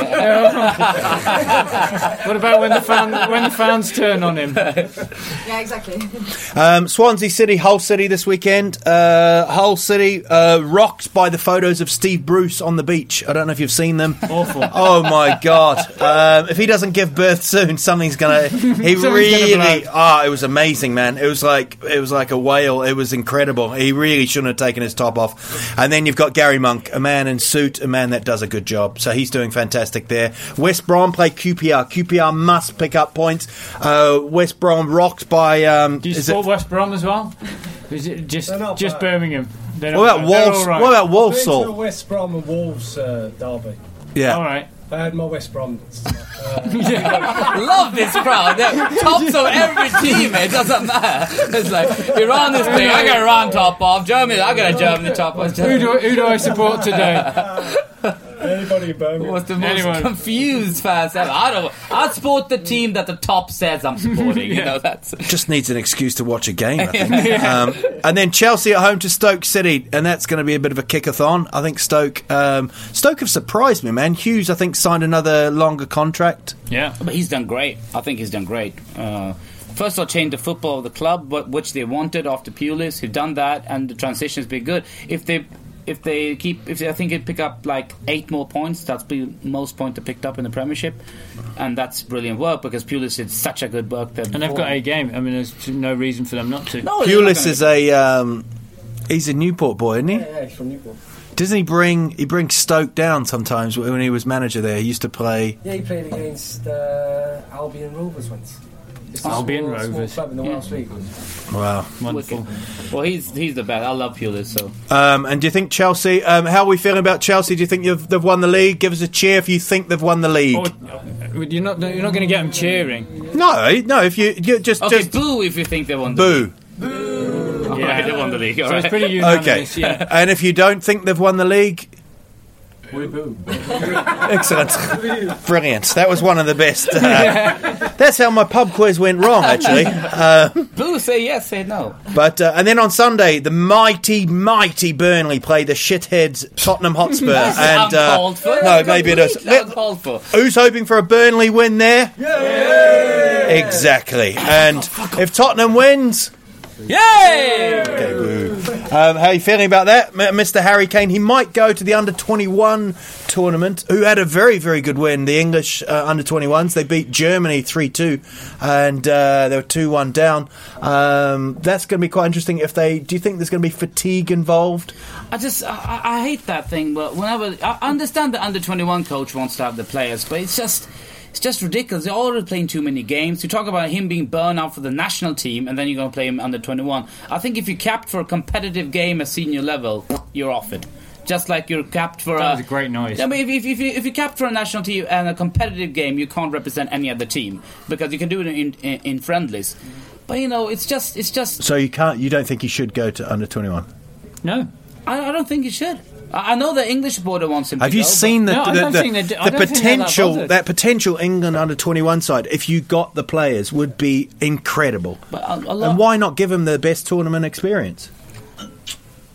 about when the fan when the fans turn on him?
Yeah, exactly.
Um, Swansea City, Hull City this weekend. Uh, Hull City uh, rocked by the photos of Steve Bruce on the beach. I don't know if you've seen them.
Awful.
Oh my god! Um, if he doesn't give birth soon, something's gonna. He
Something's gonna
really.
blow.
Ah, it was amazing, man. It was like it was like a whale. It was incredible. He really shouldn't have taken his top off. And then you've got Gary Monk, a man in suit, a man that does a good job. So he's doing fantastic there. West Brom play QPR. QPR must pick up points. Uh, West Brom rocked by. Um,
Do you
is it-
support West Brom as well? Is it just just Birmingham? They're not
What about
bad. They're
Wals-
all right.
what about Wals-
Been
Walsall.
to a West Brom and Wolves uh, derby.
Yeah. All
right.
I had my West Brom. Uh,
Love this crowd. They're tops of every team. It doesn't matter. It's like Iran is big. I got Iran top off. Germany. I got a Germany top off.
Who do, who do I support today?
anybody in Birmingham?
Was the most
Anyone.
confused fans ever. I don't. I support the team that the top says I'm supporting. You know that's.
Just needs an excuse to watch a game, I think. um, and then Chelsea at home to Stoke City, and that's going to be a bit of a kickathon. I think Stoke um, Stoke have surprised me, man. Hughes, I think, signed another longer contract.
Yeah,
but he's done great. I think he's done great. Uh, first of all, change the football of the club, wh- which they wanted after Pulis. He's done that, and the transition's been good. If they if they keep, if they, I think they pick up like eight more points, that's the most point they picked up in the Premiership, and that's brilliant work because Pulis did such a good work there.
Oh,
Oh,
and they've got a game. I mean, there's no reason for them not to.
No,
Pulis is a um, He's a Newport boy, isn't he?
Yeah, yeah, he's from Newport.
Doesn't he bring he brings Stoke down sometimes when he was manager there? He used to play.
Yeah, he played against uh, Albion Rovers once. It's a
Albion
small, small
Rovers.
club in the
Yeah.
Welsh League.
Wow.
Wonderful. Well, he's he's the best. I love Pulis. So
Um, and do you think Chelsea? Um, how are we feeling about Chelsea? Do you think you've, they've won the league? Give us a cheer if you think they've won the league.
Oh,
You're not, you're not going to get them cheering.
no, no. If you, you just
okay,
just
boo if you think they won.
boo.
The league. Yeah, they won the league. All
So
right.
it's pretty
Okay.
unanimous. Yeah.
and if you don't think they've won the league,
We boo.
excellent, brilliant. That was one of the best. uh, that's how my pub quiz went wrong, actually. Uh,
boo, say yes, say no.
But uh, and then on Sunday, the mighty, mighty Burnley play the shitheads Tottenham Hotspur.
That's
and uh,
uncalled for.
no, maybe it is.
Completely uncalled for.
Who's hoping for a Burnley win there? Exactly. And if Tottenham wins,
yay!
Okay, woo. Um, how are you feeling about that, M- Mr. Harry Kane? He might go to the under twenty one tournament. Who had a very, very good win? The English uh, under twenty ones. They beat Germany three two, and uh, they were two one down. Um, that's going to be quite interesting. If they, do you think there's going to be fatigue involved?
I just I- I, I hate that thing. But whenever I I understand the under twenty one coach wants to have the players, but it's just it's just ridiculous. They're already playing too many games. You talk about him being burned out for the national team, and then you're going to play him under twenty one. I think if you're capped for a competitive game at senior level, you're off it. Just like you're capped for
That
a,
was a great noise.
I mean, if, if, if, you, if you capture a national team and a competitive game, you can't represent any other team because you can do it in, in, in friendlies. But you know, it's just it's just
So you can't. You don't think he should go to under twenty one?
No.
I, I don't think you should. I, I know the English border wants him.
Have
to
you
go,
seen the
but-
the, the, the potential that, potential England under twenty one side? If you got the players, would be incredible. and why not give him the best tournament experience?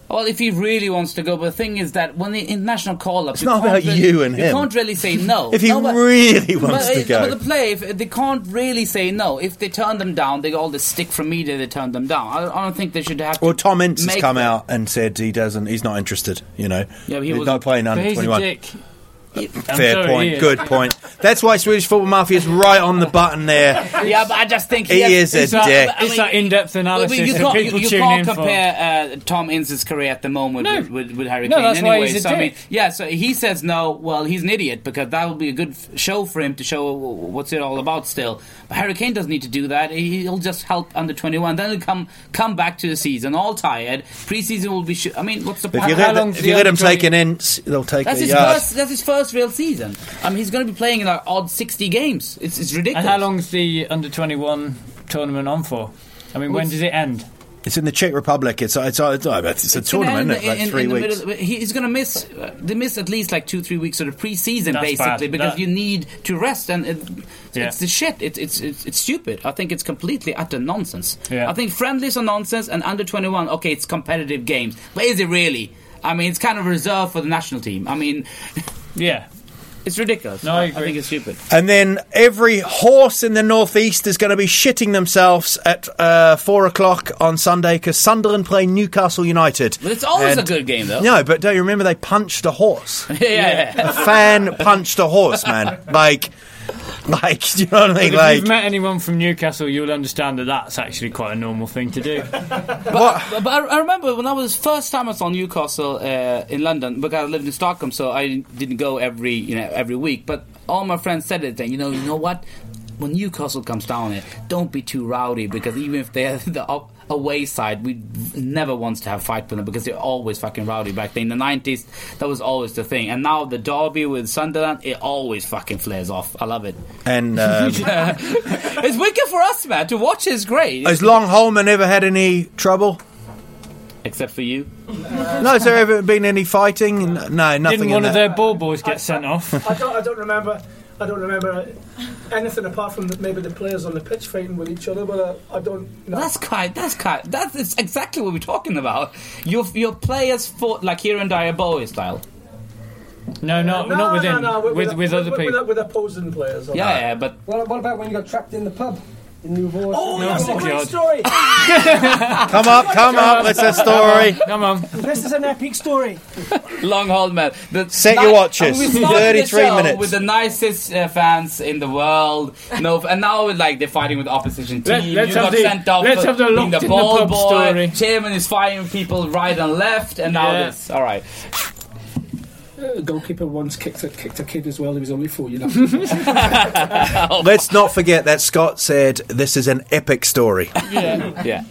well, if he really wants to go, but the thing is that when the international call up,
It's not about you and
you
him.
can't really say no.
If he
No, but-
really wants
but,
to
uh,
go.
but the play, if they can't really say no. If they turn them down, they get all the stick from media. They turn them down. I, I don't think they should have.
Well,
to
Tom Ince has
make
come
them.
out and said he doesn't. He's not interested. You know,
Yeah, but he
he's
was-
not playing
but
under
he's a
twenty one.
dick.
Fair
sorry,
point.
he is.
Good point. That's why Swedish football mafia is right on the button there.
Yeah, but I just think
He
has-
is a dick.
I mean-
It's that in-depth
Well,
analysis
you
that
can't, you-
people
you
tune
can't
in for.
compare uh, Tom Ince's career at the moment
No.
with, with, with Harry
No,
Kane
that's why
anyway.
he's a
so, I mean,
dick.
yeah, so he says no. Well, he's an idiot because that would be a good f- show for him to show w- w- what's it all about still. But Harry Kane doesn't need to do that. He- He'll just help under 21. Then he'll come come back to the season all tired. Preseason will be. Sh- I mean, what's the
If
point?
you let, them, if you let them take an inch, they'll take
That's
a
his,
yard.
first, that's his first real season. I mean, he's going to be playing in like odd 60 games. It's, it's ridiculous.
And how long's the under twenty one tournament on for? I mean, when
Well,
does it end?
It's in the Czech Republic. It's it's it's, it's, it's a
gonna end
tournament. isn't it? Like
in- in
three
the
weeks.
middle- he- he's going to miss. uh, They miss at least like two, three weeks of the preseason,
That's
basically,
bad.
because
That-
you need to rest. And it,
Yeah.
it's the shit. It's it's it's it's stupid. I think it's completely utter nonsense.
Yeah.
I think friendlies are nonsense, and under twenty one. Okay, it's competitive games, but is it really? I mean, it's kind of reserved for the national team. I mean,
yeah,
it's ridiculous. No, I, agree. I think it's stupid.
And then every horse in the northeast is going to be shitting themselves at uh, four o'clock on Sunday because Sunderland play Newcastle United.
But it's always
And-
a good game, though.
No, but don't you remember they punched a horse?
yeah, yeah.
a fan punched a horse, man. Like, like, do you know what I
But if
mean? Like,
you've met anyone from Newcastle, you'll understand that that's actually quite a normal thing to do.
But, but I, I remember when I was first time I was on Newcastle uh, in London because I lived in Stockholm, so I didn't go every you know every week. But all my friends said it then. You know, you know what? When Newcastle comes down here, don't be too rowdy because even if they're the up, away side, we never wants to have fight with them because they're always fucking rowdy. Back then in the nineties, that was always the thing. And now the derby with Sunderland, it always fucking flares off. I love it.
and um,
it's wicked for us, man. To watch is great,
has Long Holman ever had any trouble?
except for you.
No, has there ever been any fighting? No, nothing.
Didn't
in
one of
that.
their ball boys get sent off?
I don't, I don't remember. I don't remember anything apart from the, maybe the players on the pitch fighting with each other, but uh, I, I don't. No.
That's kind. That's kind. That's it's exactly what we're talking about. Your your players fought like here in Diabolo style.
No, not not within.
no, no,
with, with, other people.
with, with opposing players.
Yeah, yeah, but
What, what about when you got trapped in the pub?
Oh,
No,
that's a
oh,
great
God.
story.
Come
up, come up, let's hear story.
Come on.
This is an epic story.
Long haul, man. The
Set
ni-
your watches.
I mean, we started the
33
show
minutes.
With the nicest uh, fans in the world. No, and now like they're fighting with opposition team.
Let- let's
you
have
got
the-
sent off
let's
for
have the
being
locked in the
ball
pub
boy.
story.
Chairman is firing people right and left, and now
Yeah.
this. All right.
Uh, goalkeeper once kicked a, kicked a kid as well. He was only four, you know.
Oh.
Let's not forget that Scott said this is an epic story.
yeah.
Yeah.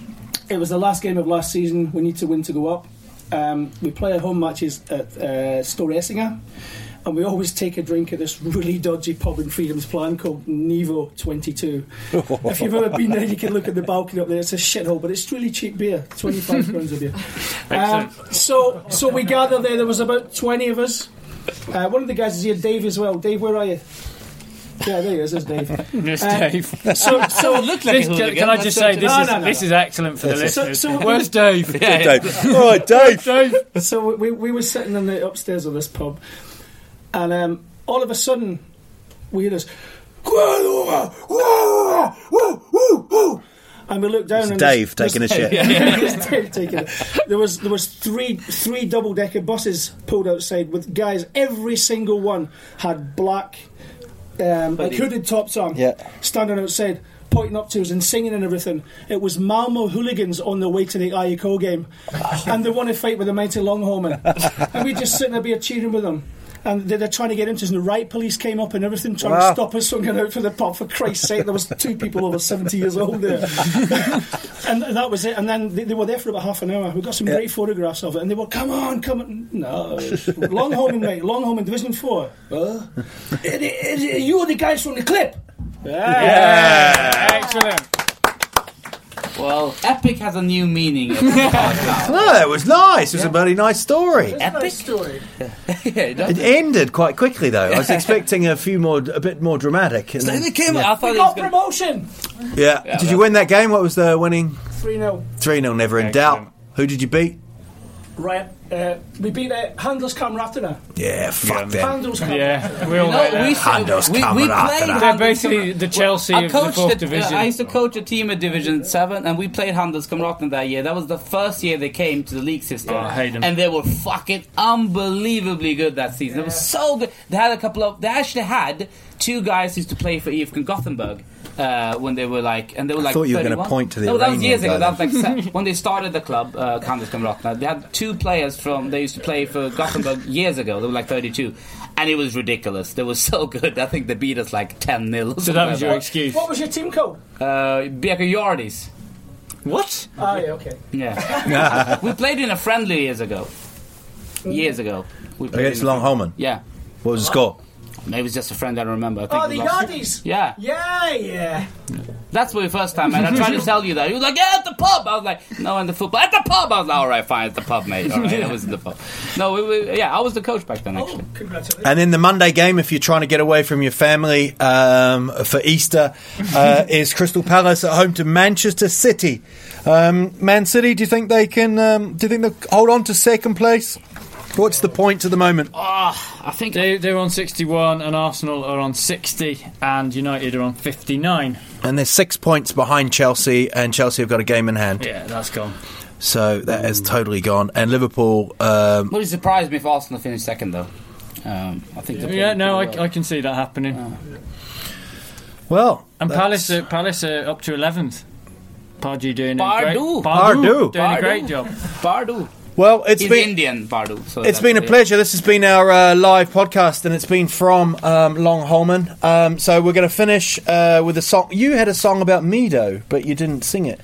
It was the last game of last season. We need to win to go up. Um, we play our home matches at uh, Store Essinger, and we always take a drink at this really dodgy pub in Freedom's Plan called Nevo 22. if you've ever been there, you can look at the balcony up there. It's a shithole, but it's really cheap beer. Twenty-five pounds of beer. Um, so, so we gather there. There was about twenty of us. Uh, one of the guys is here, Dave, as well. Dave, where are you? Yeah, there he is. There's Dave.
Yes,
Uh,
Dave.
So, so
This- can, can I just say this,
No,
is,
no, no,
this
no.
is excellent for the
So-
listeners?
so-
Where's Dave?
So we- we, we were sitting in the upstairs of this pub, and um, all of a sudden, we hear this. "Kualua, kualua, woo, woo, woo." And we look down.
It's
and
Dave
there's-
taking a
there's-
shit. Yeah.
It's Dave taking a- There was there was three three double decker buses pulled outside with guys. Every single one had black, um, like hooded tops on.
Yeah.
Standing outside, pointing up to us and singing and everything. It was Malmo hooligans on their way to the IECO game, and they want to fight with the mighty Longhornmen. and we just sitting there beer cheering with them. And they- they're trying to get into us, and the riot police came up and everything, trying
Wow.
to stop us from going out for the pub. For Christ's sake, there was two people over seventy years old there, and that was it. And then they, they were there for about half an hour. We got some great photographs of it, and they were, "Come on, come on, no, Longhorn, mate, Longhorn in Division Four. Huh? It- it- it- you are the guys from the clip.
Yeah. Excellent.
Well, epic has a new meaning.
No, Oh, it was nice. It was a bloody nice story.
epic
story.
It ended quite quickly, though. I was expecting a few more, a bit more dramatic. and then- yeah.
we got promotion.
Yeah.
Yeah,
Did you win that game? What was the winning?
3 0.
Three 0 never in doubt. Who did you beat?
Right, uh, we beat uh, Handels Kamratna.
Yeah, fuck them.
Handels Kamratna.
Yeah, we all
You know,
like that.
we-
Handels we- we Kamrat, played
They're
Handels
basically the Chelsea
I
of the
coached
fourth
it-
division.
I used to coach a team at Division Seven, and we played Handelskamraten that year. That was the first year they came to the league system,
Oh, I hate 'em.
and they were fucking unbelievably good that season. It was so good. They had a couple of. They actually had two guys who used to play for EFK Gothenburg. Uh, when they were like, and they were
I
like,
thought you were gonna
31.
point to the
No, that was
Iranian
years ago.
guy
That
then.
was like se- when they started the club, uh, Handelskamraten. They had two players from they used to play for Gothenburg years ago. They were like 32, and it was ridiculous. They were so good. I think they beat us like 10 0
So that was your excuse.
What was your team called?
uh, Bianca Yardies. What?
Oh, yeah, okay.
Yeah. we played in a friendly years ago. Years ago. We played
Against
in a-
Long Holman.
Yeah.
What was the score?
Maybe it's just a friend I don't remember. I think
Oh,
we
the
lost.
Yardies.
Yeah.
Yeah, yeah.
That's my first time, and I tried to tell you that. You were like, yeah, at the pub. I was like, no, in the football. At the pub. I was like, all right, fine, at the pub, mate. All right, I was in the pub. No, we, we, yeah, I was the coach back
Oh.
then, actually.
And then the Monday game, if you're trying to get away from your family um, for Easter, uh, is Crystal Palace at home to Manchester City. Um, Man City, do you think they can? Um, do you think they'll hold on to second place? What's the point at the moment?
I think
they, they're on 61, and Arsenal are on 60, and United are on 59.
And they're six points behind Chelsea, and Chelsea have got a game in hand.
Yeah, that's gone.
So that is totally gone. And Liverpool, um,
Would it surprise me if Arsenal finished second, though? Um, I think. they're
Yeah,
playing
no,
pretty well.
I, I can see that happening.
Oh,
well,
and Palace are, Palace are up to 11th. Pardew doing a great,
Pardew.
Pardew doing
Pardew.
a great job.
Bardu.
well, it's
He's
been
Indian, Bardu. So
it's
that's
been a
what it-
pleasure. This has been our uh, live podcast, and it's been from um, Long Holman. Um, so we're going to finish uh, with a song. You had a song about Mido, but you didn't sing it.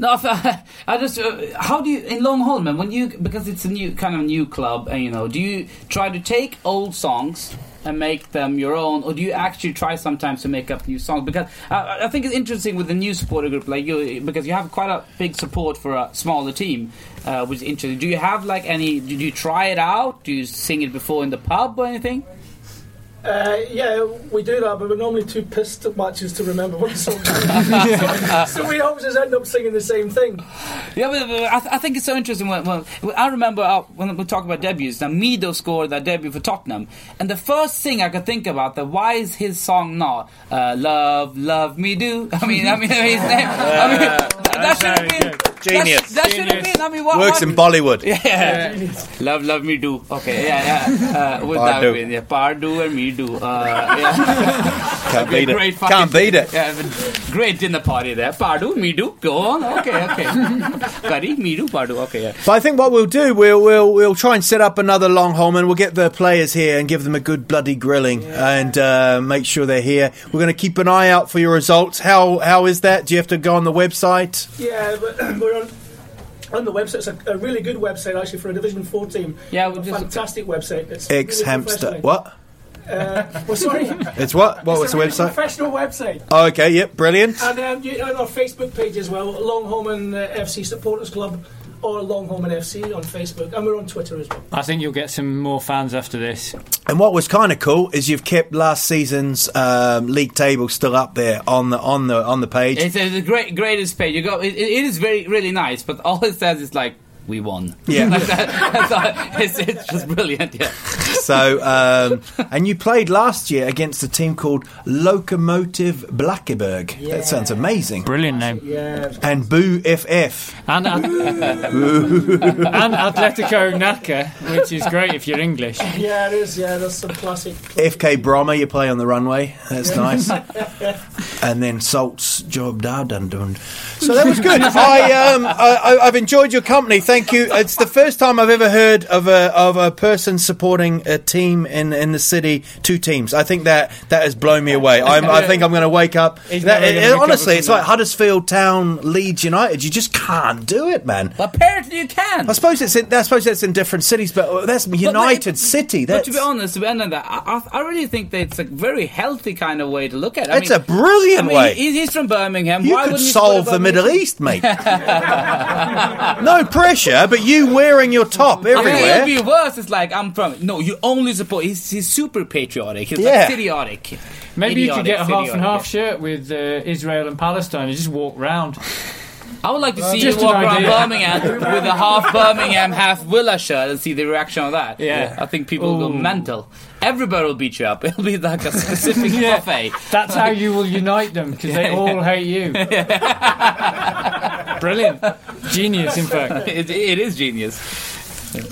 No, I I just uh, how do you in Longholm man, when you because it's a new kind of new club and you know do you try to take old songs and make them your own or do you actually try sometimes to make up new songs because I, I think it's interesting with the new supporter group like you because you have quite a big support for a smaller team uh, which is interesting. Do you have like any? Did you try it out? Do you sing it before in the pub or anything?
Uh, yeah, we do that, but we're normally too pissed at matches to remember what song. so we always just end up singing the same thing.
Yeah, but, but I, th- I think it's so interesting. When, when, when I remember uh, when we talk about debuts. Now, Mido scored that debut for Tottenham, and the first thing I could think about that why is his song not uh, "Love, Love Me Do"? I mean, I mean, his name. I mean, that, that should have been
Genius.
That, should have been. I mean, what,
Works
what-
in Bollywood.
Yeah. Love, love me do. Okay, yeah, yeah. Uh, would that
Pardo.
have been yeah, Pardo and me do. Uh, yeah.
Can't
Be a
beat
great
it.
fucking-
Can't beat it.
Yeah, but great dinner party there. Pardu, Midu, go on. Okay, okay. Curry, Midu, Pardu. Okay, yeah.
But I think what we'll do, we'll we'll we'll try and set up another long home, and we'll get the players here and give them a good bloody grilling, and uh, make sure they're here. We're going to keep an eye out for your results. How how is that? Do you have to go on the website?
Yeah, but we're on on the website. It's a, a really good website actually for a Division Four team. Yeah, a fantastic website. It's really
Ex hamster.
professional.
What?
Uh, well, sorry.
It's what? What was
It's
the
a really
website?
Professional website.
Oh, okay. Yep. Brilliant.
And um, you, on our Facebook page as well, Longholman uh, FC Supporters Club or Longholman FC on Facebook, and we're on Twitter as well.
I think you'll get some more fans after this.
And what was kind of cool is you've kept last season's um, league table still up there on the on the on the page.
It's, it's the great, greatest page. You go. It, it is very, really nice, but all it says is like, we won.
Yeah.
like that, that's all, it's, it's just brilliant, yeah.
so, um, and you played last year against a team called Locomotive Blackeberg. That sounds amazing.
Brilliant name.
Yeah.
And Boo FF.
And, uh, and Atletico Naka, which is great if you're English.
Yeah, it is. Yeah, that's some classic.
FK Brahma, you play on the runway. That's nice.
yeah.
and then Salt's Job Da Dun Dun. So that was good. I, um, I, I- I've enjoyed your company. Thank you. It's the first time I've ever heard of a of a person supporting a team in, in the city. Two teams. I think that that has blown me away. I'm, I think I'm going to wake up.
He's
That-
never
it-
gonna
it-
recover
honestly,
from
it's like
that.
Huddersfield Town, Leeds United. You just can't do it, man.
Apparently, you can.
I suppose it's in, I suppose that's in different cities, but that's United City.
But
That's
to be honest, to end on that, I, I I really think that it's a very healthy kind of way to look at it. I
It's a brilliant
I mean,
way.
He, he's from Birmingham.
You
Why
could
wouldn't he
solve
put up
the Middle
a-
East, mate. no pressure, but you wearing your top
I
everywhere.
mean, it'd be worse. It's like I'm from. No, you only support. He's, he's super patriotic. He's
Yeah.
like idiotic.
Maybe you could get a half and
Idiotic,
half shirt with uh, Israel and Palestine and just walk round.
idiotic. I would like to see
Just
you walk
an
around
idea.
Birmingham with a half Birmingham, half Villa shirt and see the reaction of that.
Yeah.
I think people will go
Ooh.
mental. Everybody will beat you up. It'll be like a specific buffet.
That's how you will unite them because they all hate you. Brilliant. Genius, in fact.
It, it is genius.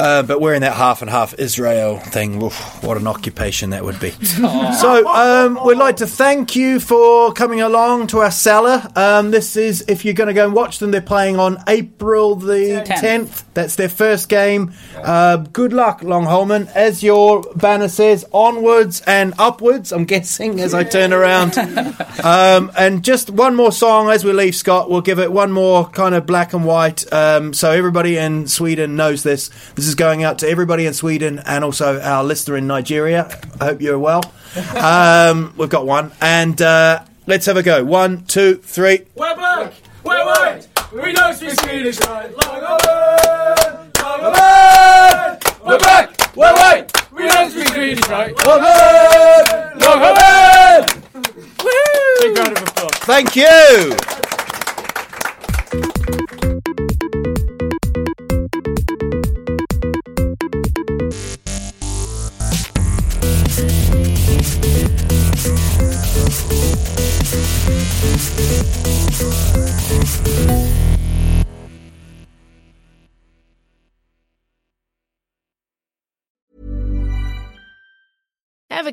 Uh, but wearing that half and half Israel thing, oof, what an occupation that would be. so um, we'd like to thank you for coming along to our cellar. Um, this is, if you're going to go and watch them, they're playing on April the 10th.
Tenth.
That's their first game. Uh, good luck, Longholman. As your banner says, onwards and upwards, I'm guessing, as I turn around. um, and just one more song as we leave, Scott. We'll give it one more kind of black and white. Um, so everybody in Sweden knows this. This is going out to everybody in Sweden and also our listener in Nigeria. I hope you're well. Um, we've got one. And uh, let's have a go. One, two, three.
We're black, we're white, we don't speak Swedish right. Long over, long over. We're black, we're white, we don't speak Swedish right.
Long over, long over.
Big round of applause.
Thank you.
Ever